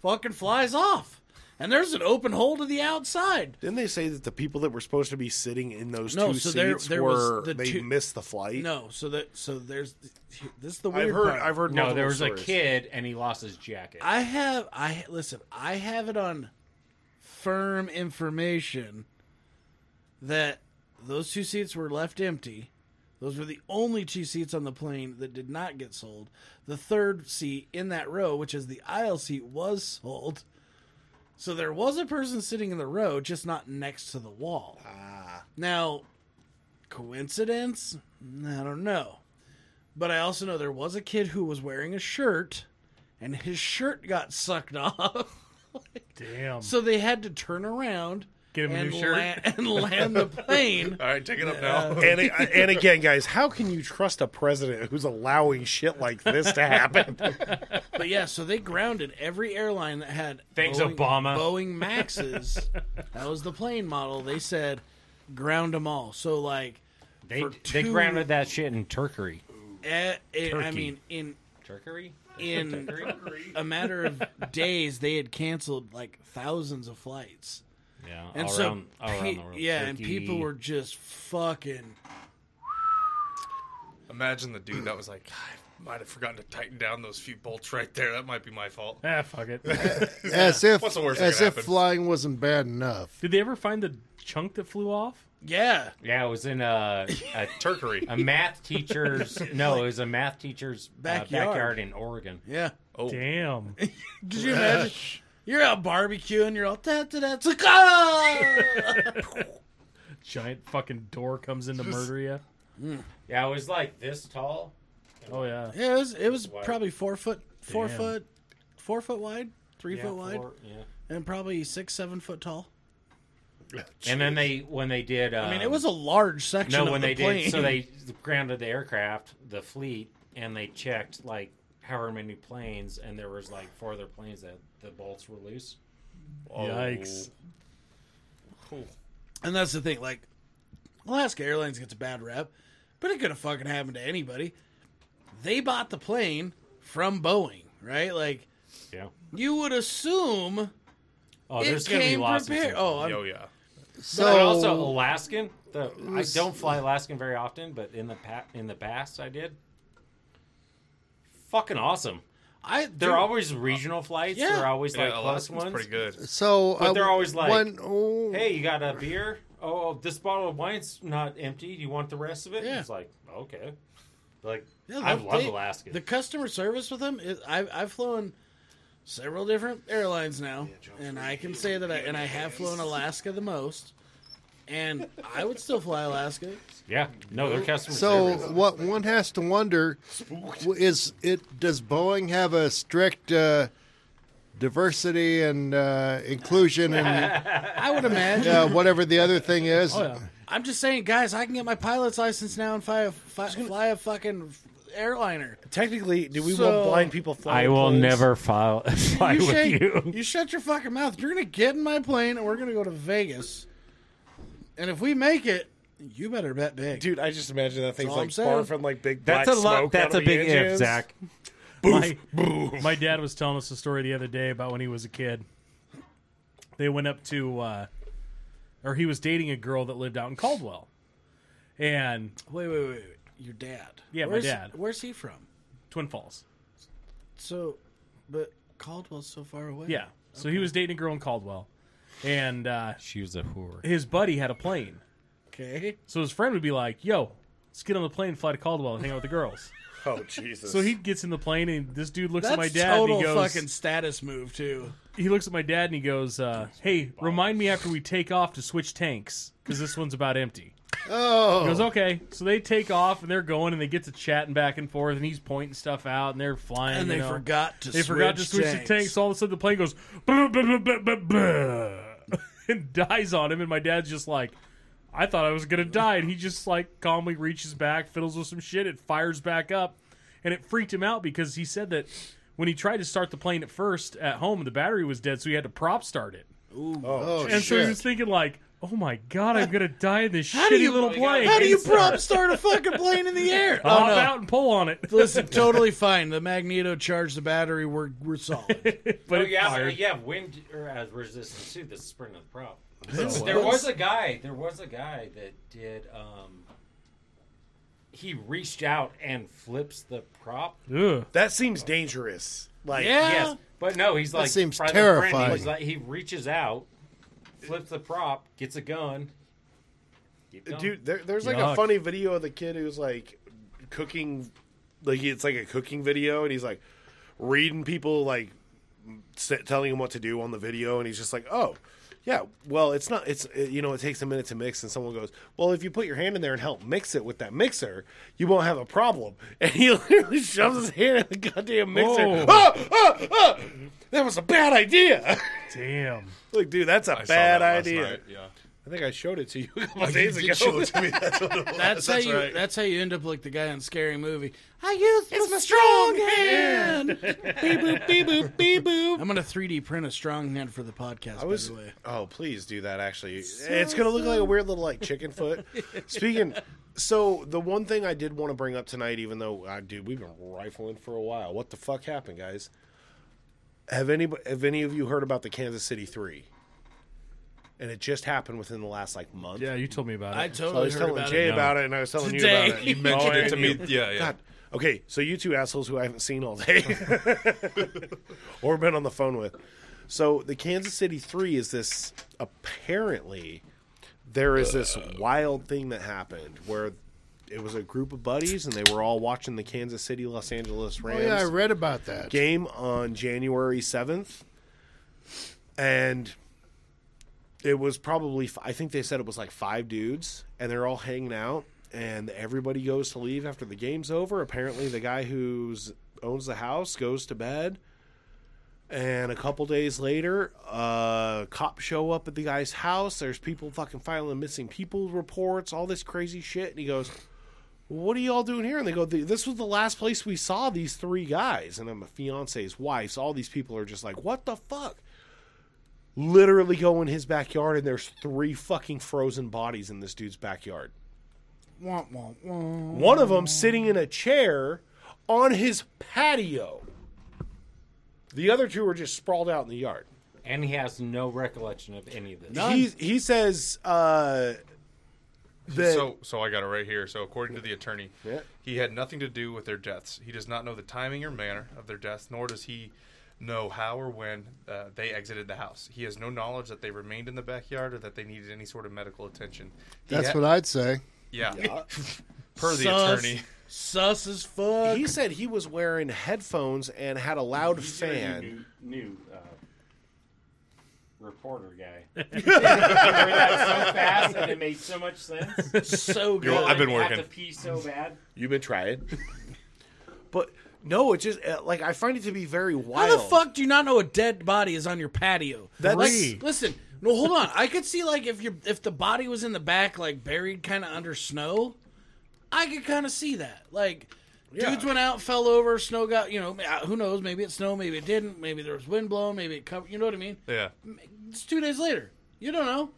E: fucking flies off. And there's an open hole to the outside.
B: Didn't they say that the people that were supposed to be sitting in those
E: No,
B: two
E: so there-
B: seats
E: there was
B: were
E: the
B: they
E: two-
B: missed the flight?
E: No, so that so there's this is the weird
B: I've heard.
E: part.
B: I've heard.
D: no,
B: multiple
D: there was a
B: stories.
D: kid and he lost his jacket.
E: I have I listen, I have it on firm information that those two seats were left empty. Those were the only two seats on the plane that did not get sold. The third seat in that row, which is the aisle seat, was sold. So there was a person sitting in the row, just not next to the wall. Ah. Now, coincidence? I don't know. But I also know there was a kid who was wearing a shirt and his shirt got sucked off.
A: Damn.
E: So they had to turn around
A: Get him a
E: and,
A: new shirt.
E: la- and land the plane.
F: all right, take it up now.
B: And, it- and again, guys, how can you trust a president who's allowing shit like this to happen?
E: But yeah, so they grounded every airline that had
D: Thanks,
E: Boeing,
D: Obama.
E: Boeing Maxes. that was the plane model. They said ground them all. So like,
D: they
E: for
D: they
E: two-
D: grounded that shit in Turkery.
E: eh, eh, I
D: Turkey.
E: mean, in
D: Turkery.
E: in a matter of days, they had canceled like thousands of flights.
D: Yeah,
E: And
D: all
E: so,
D: around, all
E: pe-
D: around the world.
E: yeah, and
D: Turkey.
E: people were just fucking.
F: Imagine the dude that was like, I might have forgotten to tighten down those few bolts right there. That might be my fault.
A: ah, fuck it.
C: As if
F: What's the worst that
C: as
F: could
C: if
F: happen?
C: flying wasn't bad enough.
A: Did they ever find the chunk that flew off?
E: Yeah,
D: Yeah, it was in a, a
F: Turkery.
D: a math teacher's no, it was a math teacher's
E: Backyard.
D: backyard, uh, backyard in Oregon.
E: yeah.
D: Oh.
A: Damn.
E: Could you imagine? You're out barbecuing. You're all da da da. da
A: Giant fucking door comes in to murder you.
D: Yeah, it was like this tall.
A: Oh yeah.
E: Yeah, it was, it was
D: Wide.
E: probably four foot, four
A: Damn.
E: foot, four foot wide, three
D: Yeah,
E: foot wide,
D: four- yeah.
E: and probably six, seven foot tall.
D: And then they when they did, um,
E: I mean, it was a large section.
D: no
E: of
D: when
E: the
D: they
E: plane.
D: did. So they grounded the aircraft, the fleet, and they checked like however many planes, and there was like four other planes that the bolts were loose. Oh.
A: Yikes.
E: and that's the thing. Like Alaska Airlines gets a bad rep, but it could have fucking happened to anybody. They bought the plane from Boeing, right? Like
D: Yeah.
E: you would assume
D: Oh,
E: it
D: there's gonna be
E: came
D: lawsuits.
E: prepared.
D: Oh,
E: Oh, I'm,
F: Oh yeah.
C: So
D: but also Alaskan. The, I don't fly Alaskan very often, but in the pa- in the past I did. Fucking awesome.
E: I
D: They're always regional flights.
E: Yeah.
D: They're always like
F: yeah,
D: plus
F: Alaskan's
D: ones.
F: pretty good.
C: So
D: But they're always like,
C: one, oh,
D: Hey, you got a beer? Oh, this bottle of wine's not empty. Do you want the rest of it?
E: Yeah.
D: It's like okay. Like
E: Yeah,
D: I
E: they-
D: love
E: they-
D: Alaska.
E: The customer service with them is I've I've flown several different airlines now, and I can say that I and I have flown Alaska the most, and I would still fly Alaska.
D: yeah, no, their customer
C: So
D: service.
C: what one has to wonder w- is it does Boeing have a strict uh, diversity and uh, inclusion and
E: I would imagine.
C: uh, whatever the other thing is?
E: I'm just saying, guys, I can get my pilot's license now and fly a fly, fly a fucking airliner.
B: Technically, do we
E: So-
B: want blind people flying?
D: I will
B: planes?
D: never file, fly with
E: shake-
D: you.
E: shut your fucking mouth. You're gonna get in my plane and we're gonna go to Vegas. And if we make it, you better bet big.
B: Dude, I just imagine that thing's
E: all I'm
B: like
E: saying.
B: barfing like big.
H: That's
B: black
H: a lot.
B: smoke
H: That's
B: out
H: a
B: of the
H: big if,
B: engines.
H: Zach.
A: My, my dad was telling us a story the other day about when he was a kid. They went up to, uh, or he was dating a girl that lived out in Caldwell, and
E: Wait, wait, wait, wait. Your dad.
A: Yeah, my
E: where's,
A: dad.
E: Where's he from?
A: Twin Falls.
E: So, but Caldwell's so far away.
A: Yeah, so he was dating a girl in Caldwell, and uh,
H: She was a whore.
A: his buddy had a plane.
E: Okay.
A: So his friend would be like, "Yo, let's get on the plane, and fly to Caldwell, and hang out with the girls."
B: Oh Jesus!
A: so he gets in the plane, and this dude looks
E: That's
A: at my dad. and
E: total
A: he goes,
E: fucking status move too.
A: he looks at my dad and he goes, uh, "Hey, remind me after we take off to switch tanks because this one's about empty." Oh, he goes okay. So they take off and they're going and they get to chatting back and forth and he's pointing stuff out and they're flying
E: And
A: you
E: they
A: know.
E: forgot to.
A: They forgot to switch the tanks. So all of a sudden the plane goes blah, blah, blah, blah, blah, blah, and dies on him and my dad's just like. I thought I was gonna die, and he just like calmly reaches back, fiddles with some shit, it fires back up, and it freaked him out because he said that when he tried to start the plane at first at home, the battery was dead, so he had to prop start it.
C: Oh
A: And so he was
C: shit!
A: thinking like, "Oh my god, I'm gonna die in this
E: How
A: shitty
E: do you
A: little
B: Oh
A: plane."
E: How do you
A: It's like,
E: prop start a fucking plane in the air? Oh,
A: hop out and pull on it?
E: Listen, totally fine. The magneto charged the battery. We're we're solid.
A: but
D: oh,
A: it
D: yeah,
A: fired.
D: yeah, wind or uh, resistance too. This is part of the problem. there was a guy. There was a guy that did. Um, he reached out and flips the prop.
A: Ugh.
B: that seems dangerous. Like
D: Yes, but no, he's like
C: seems
D: Private Friendly.
C: terrifying.
D: He's like he reaches out, flips the prop, gets a gun. Keep going.
B: dude there, there's like
A: Yuck.
B: a funny video of the kid who's like cooking like it's like a cooking video and he's like reading people like s- telling him what to do on the video and he's just like oh yeah well it's not it's it, you know it takes a minute to mix and someone goes well if you put your hand in there and help mix it with that mixer you won't have a problem and he literally shoves his hand in the goddamn mixer
A: Whoa.
B: oh, oh, oh! that was a bad idea
A: Damn.
B: like dude that's a
F: I saw
B: bad
F: that last
B: idea
F: night, Oh, Yeah.
B: i think i showed it to you a couple days ago
E: That's, how
F: That's
E: you.
F: right.
E: That's how you end up like the guy in scary movie. I use it's my strong hand. beep boop beep boop beep boop. I'm gonna 3D print a strong hand for the podcast.
B: I was.
E: by the way.
B: Oh, please do that. Actually, it's gonna look like a weird little like chicken foot. Speaking. So the one thing I did want to bring up tonight, even though I dude, we've been rifling for a while. What the fuck happened, guys? Have any have any of you heard about the Kansas City Three? And it just happened within the last like month.
A: Yeah, you told me about it.
E: I
B: So I
E: totally
B: was
E: heard
B: telling
E: about
B: Jay
E: it.
B: about it, and I was telling
E: Today.
B: you about it.
E: You
F: mentioned
B: Oh,
F: it to
B: and
F: me.
B: you-
F: Yeah, yeah.
B: God. Okay, so you two assholes who I haven't seen all day or been on the phone with. So the Kansas City 3 is this apparently there is this wild thing that happened where it was a group of buddies and they were all watching the Kansas City Los Angeles
C: Oh,
B: Rams
C: yeah, I read about that.
B: game on January 7th. And it was probably, f- I think they said it was like five dudes, and they're all hanging out, and everybody goes to leave after the game's over. Apparently, the guy who owns the house goes to bed. And a couple days later, uh, cops show up at the guy's house. There's people fucking filing missing people reports, all this crazy shit. And he goes, what are y'all doing here? And they go, this was the last place we saw these three guys. And I'm a fiance's wife. So all these people are just like, what the fuck? Literally go in his backyard and there's three fucking frozen bodies in this dude's backyard.
E: Womp, womp, womp.
B: One of them sitting in a chair on his patio. The other two are just sprawled out in the yard.
D: and he has no recollection of any of this.
B: He, he says uh, that
F: so, so I got it right here. So, according to the attorney,
B: Yeah.
F: he had nothing to do with their deaths. He does not know the timing or manner of their deaths, nor does he know how or when uh, they exited the house. He has no knowledge that they remained in the backyard or that they needed any sort of medical attention. He
C: That's
F: ha-
C: what I'd say.
F: Yeah. per the
E: sus,
F: attorney.
E: Sus as fuck.
B: he said he was wearing headphones and had a loud fan.
D: New, new uh, reporter guy. so fast and it made so much sense.
E: so good.
F: I've been
D: Like, have
F: working.
D: to pee so bad.
B: You've been trying, but no, it's just uh, like I find it to be very wild.
E: How the fuck do you not know a dead body is on your patio?
B: That's-
E: Like,
B: Three.
E: listen, no, hold on. I could see like if you if the body was in the back, like buried kind of under snow, I could kind of see that. Like, dudes went out, fell over, snow got you know uh, who knows? Maybe it snowed, maybe it didn't. Maybe there was wind blowing, maybe it covered. You know what I mean?
F: Yeah.
E: It's two days later. You don't know.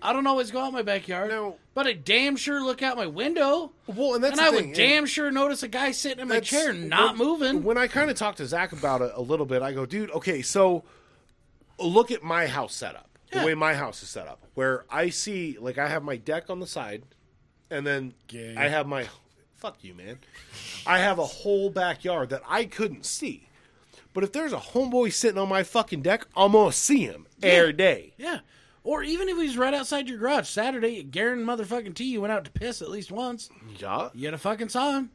E: I don't always go out my backyard,
B: No.
E: but I damn sure look out my window,
B: Well, and that's
E: and
B: the
E: I
B: thing,
E: would
B: and-
E: damn sure notice a guy sitting in my
B: That's-
E: chair not
B: when-
E: moving.
B: When I kind of talk to Zach about it a little bit, I go, dude, okay, so look at my house setup,
E: Yeah.
B: the way my house is set up, where I see, like, I have my deck on the side, and then I have my, fuck you, man. I have a whole backyard that I couldn't see. But if there's a homeboy sitting on my fucking deck, I'm going to see him every day.
E: Yeah. Or even if he's right outside your garage Saturday, Garen motherfucking T, you went out to piss at least once.
B: Yeah.
E: You had a fucking saw him.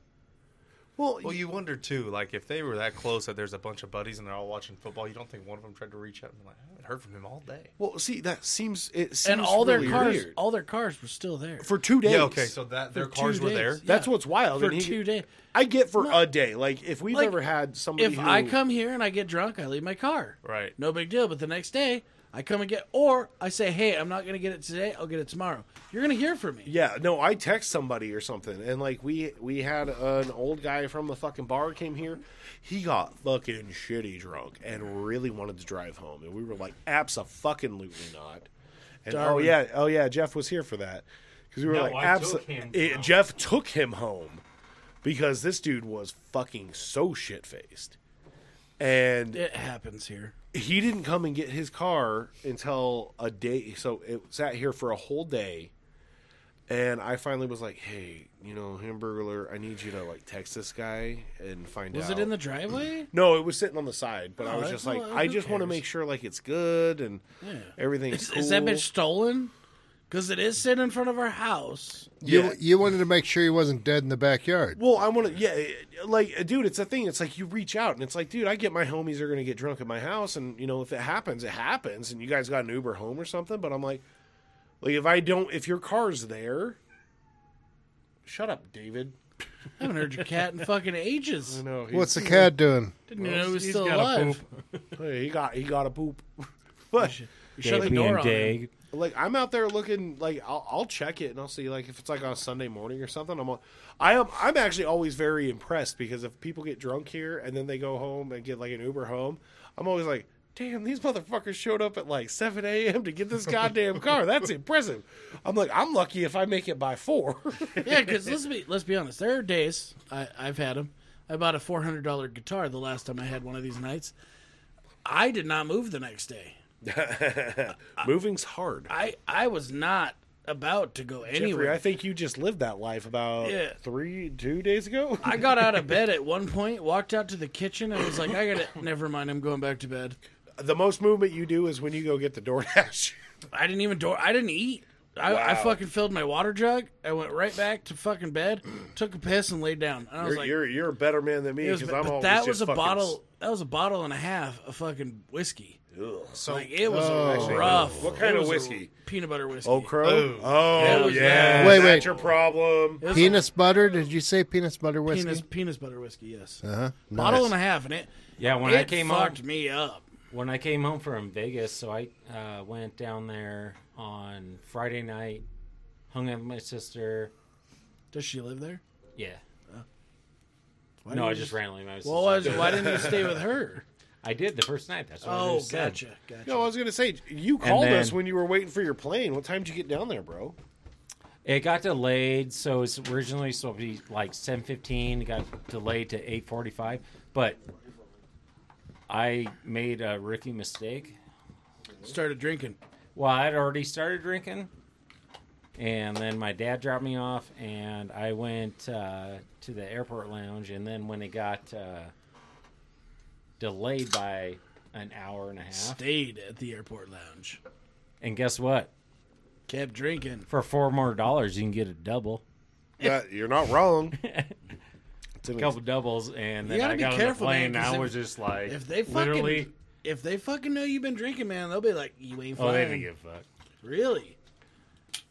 B: Well,
F: Well, you wonder too, like if they were that close that there's a bunch of buddies and they're all watching football, you don't think one of them tried to reach out and be like, I haven't heard from him all day.
B: well, see, that seems, it seems
E: And all their
B: really
E: cars,
B: weird.
E: all their cars were still there
B: for two days.
F: Yeah, okay, so that their
E: For two
F: cars were
E: days.
F: there.
B: That's
E: Yeah.
B: what's wild.
E: for
B: and he-
E: two days.
B: I get for a day. Like if we've
E: Like,
B: ever had somebody,
E: If
B: who,
E: I come here and I get drunk, I leave my car.
F: Right.
E: No big deal. But the next day, I come and get, or I say, hey, I'm not going to get it today. I'll get it tomorrow. You're going to hear from me.
B: yeah, no, I text somebody or something, and like we we had an old guy from the fucking bar came here. He got fucking shitty drunk and really wanted to drive home, and we were like, absolutely not. And oh
E: Darwin.
B: yeah, oh yeah, Jeff was here for that because we were
D: No,
B: like,
D: I took
B: abso-
D: him
B: it-
D: home.
B: Jeff took him home because this dude was fucking so shit faced, and
E: It happens here.
B: he didn't come and get his car until a day so it sat here for a whole day and i finally was like hey you know hamburglar i need you to like text this guy and find
E: Was
B: out
E: it in the driveway?
B: no it was sitting on the side but i
E: Oh,
B: was
E: that's-
B: just like
E: well,
B: i
E: who
B: just want to
E: cares?
B: make sure like it's good and everything's cool.
E: Is that bitch stolen? Because it is sitting in front of our house.
C: You
B: Yeah.
C: you wanted to make sure he wasn't dead in the backyard.
B: well i want to yeah it- like eh, dude it's a thing it's like you reach out and it's like dude i get my homies are gonna get drunk at my house and you know if it happens it happens and you guys got an uber home or something but i'm like like if i don't if your car's there shut up david
E: I haven't heard your cat in fucking ages.
B: no he,
C: What's the cat doing?
E: Didn't know he was
D: He's
E: still
D: gotta
E: alive.
D: poop.
B: he got he got a poop but
E: You shut the door on him.
B: like i'm out there looking like I'll, I'll check it and i'll see like if it's like on a sunday morning or something i'm on i am i'm actually always very impressed because if people get drunk here and then they go home and get like an uber home i'm always like damn these motherfuckers showed up at like 7 a.m to get this goddamn car that's impressive i'm like i'm lucky if i make it by four
E: Yeah, because let's be let's be honest. There are days I, I've had them. I bought a four hundred dollar guitar the last time I had one of these nights. I did not move the next day.
B: moving's hard
E: I I was not about to go
B: Jeffrey,
E: anywhere.
B: I think you just lived that life about
E: Yeah.
B: three, two days ago.
E: I got out of bed at one point, walked out to the kitchen, and was like, "I gotta." Never mind, I'm going back to bed.
B: the most movement you do is when you go get the DoorDash.
E: I didn't even door. I didn't eat. I, I fucking filled my water jug. I went right back to fucking bed, took a piss, and laid down. And I was
B: You're,
E: like,
B: you're you're a better man than me
E: It was-
B: because I'm
E: but
B: always
E: that
B: just
E: was a
B: fucking-
E: bottle. That was a bottle and a half of fucking whiskey.
F: So
E: Like it was
C: Oh.
E: rough.
B: What kind
E: It
B: of
E: was a
B: whiskey?
E: peanut butter whiskey.
B: Oh, crow.
F: Ooh.
E: That
B: Oh,
E: was
B: yeah.
E: bad.
C: Wait,
B: That's
C: wait.
B: your problem.
E: It was
C: Penis butter? Did you say peanut butter
E: a
C: whiskey?
E: penis penis butter whiskey. Yes,
B: Uh-huh.
C: Huh?
E: bottle
C: Nice.
E: and a half, and it
D: Yeah, when
E: it
D: I came
E: fucked
D: home,
E: me up.
D: when I came home from Vegas, so I uh, went down there on Friday night, hung out with my sister.
E: Does she live there?
D: Yeah.
E: Why
D: no,
E: didn't
D: I
E: you
D: just randomly. My
E: Well, why, why didn't you stay with her?
D: I did the first night. That's what I
E: Oh,
D: just said.
E: gotcha, gotcha.
B: No, I was gonna say you called
D: then-
B: us when you were waiting for your plane. What time did you get down there, bro?
D: It got delayed, so it's originally supposed to be like seven fifteen. It got delayed to eight forty five, but I made a rookie mistake.
E: Started drinking.
D: Well, I'd already started drinking, And then my dad dropped me off, and I went uh, to the airport lounge. And then when it got uh, delayed by an hour and a half,
E: Stayed at the airport lounge.
D: and guess what?
E: Kept drinking.
D: For four more dollars, you can get a double,
H: That- you're not wrong.
D: a couple doubles, and then
E: gotta
D: I
E: be
D: got on the
E: careful, man,
D: plane. And
E: 'cause
D: I
E: if-
D: was just like,
E: If they fucking
D: literally,
E: if they fucking know you've been drinking, man, they'll be like, "You ain't
D: oh, they
E: flying."
D: didn't give a fuck.
E: really?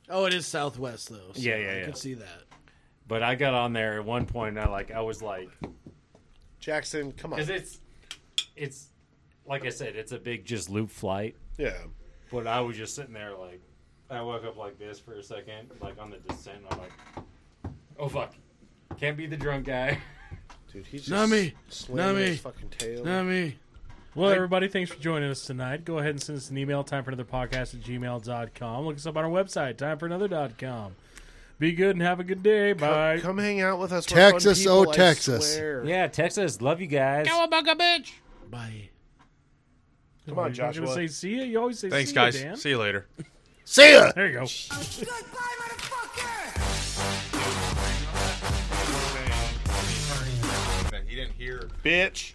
E: Oh, it is Southwest though. so
D: Yeah, yeah,
E: I
D: yeah.
E: could see that.
D: But I got on there at one point, and I like, I was like,
H: Jackson, come on.
D: because it's, it's, like I said, it's a big just loop flight.
H: yeah.
D: But I was just sitting there like, I woke up like this for a second, like on the descent. and I'm like, oh fuck, can't be the drunk guy.
H: Dude, he's just
E: Nami,
H: slamming
E: Nami,
H: his fucking tail.
E: Nami.
A: Well, everybody, thanks for joining us tonight. Go ahead and send us an email, time for another podcast at gmail.com. Look us up on our website, time for another.com. Be good and have a good day. Bye.
H: Come hang out with us. We're fun
C: Texas,
H: people,
C: oh,
H: I
C: Texas.
H: swear.
D: Yeah, Texas, love you guys.
E: Bye.
H: Come on,
A: You're not gonna
H: Joshua.
A: say see ya. You always say
F: Thanks,
A: see ya,
F: guys.
A: Dan.
F: See you later.
C: See ya.
A: There you go.
I: Goodbye, motherfucker!
F: He didn't hear.
H: bitch.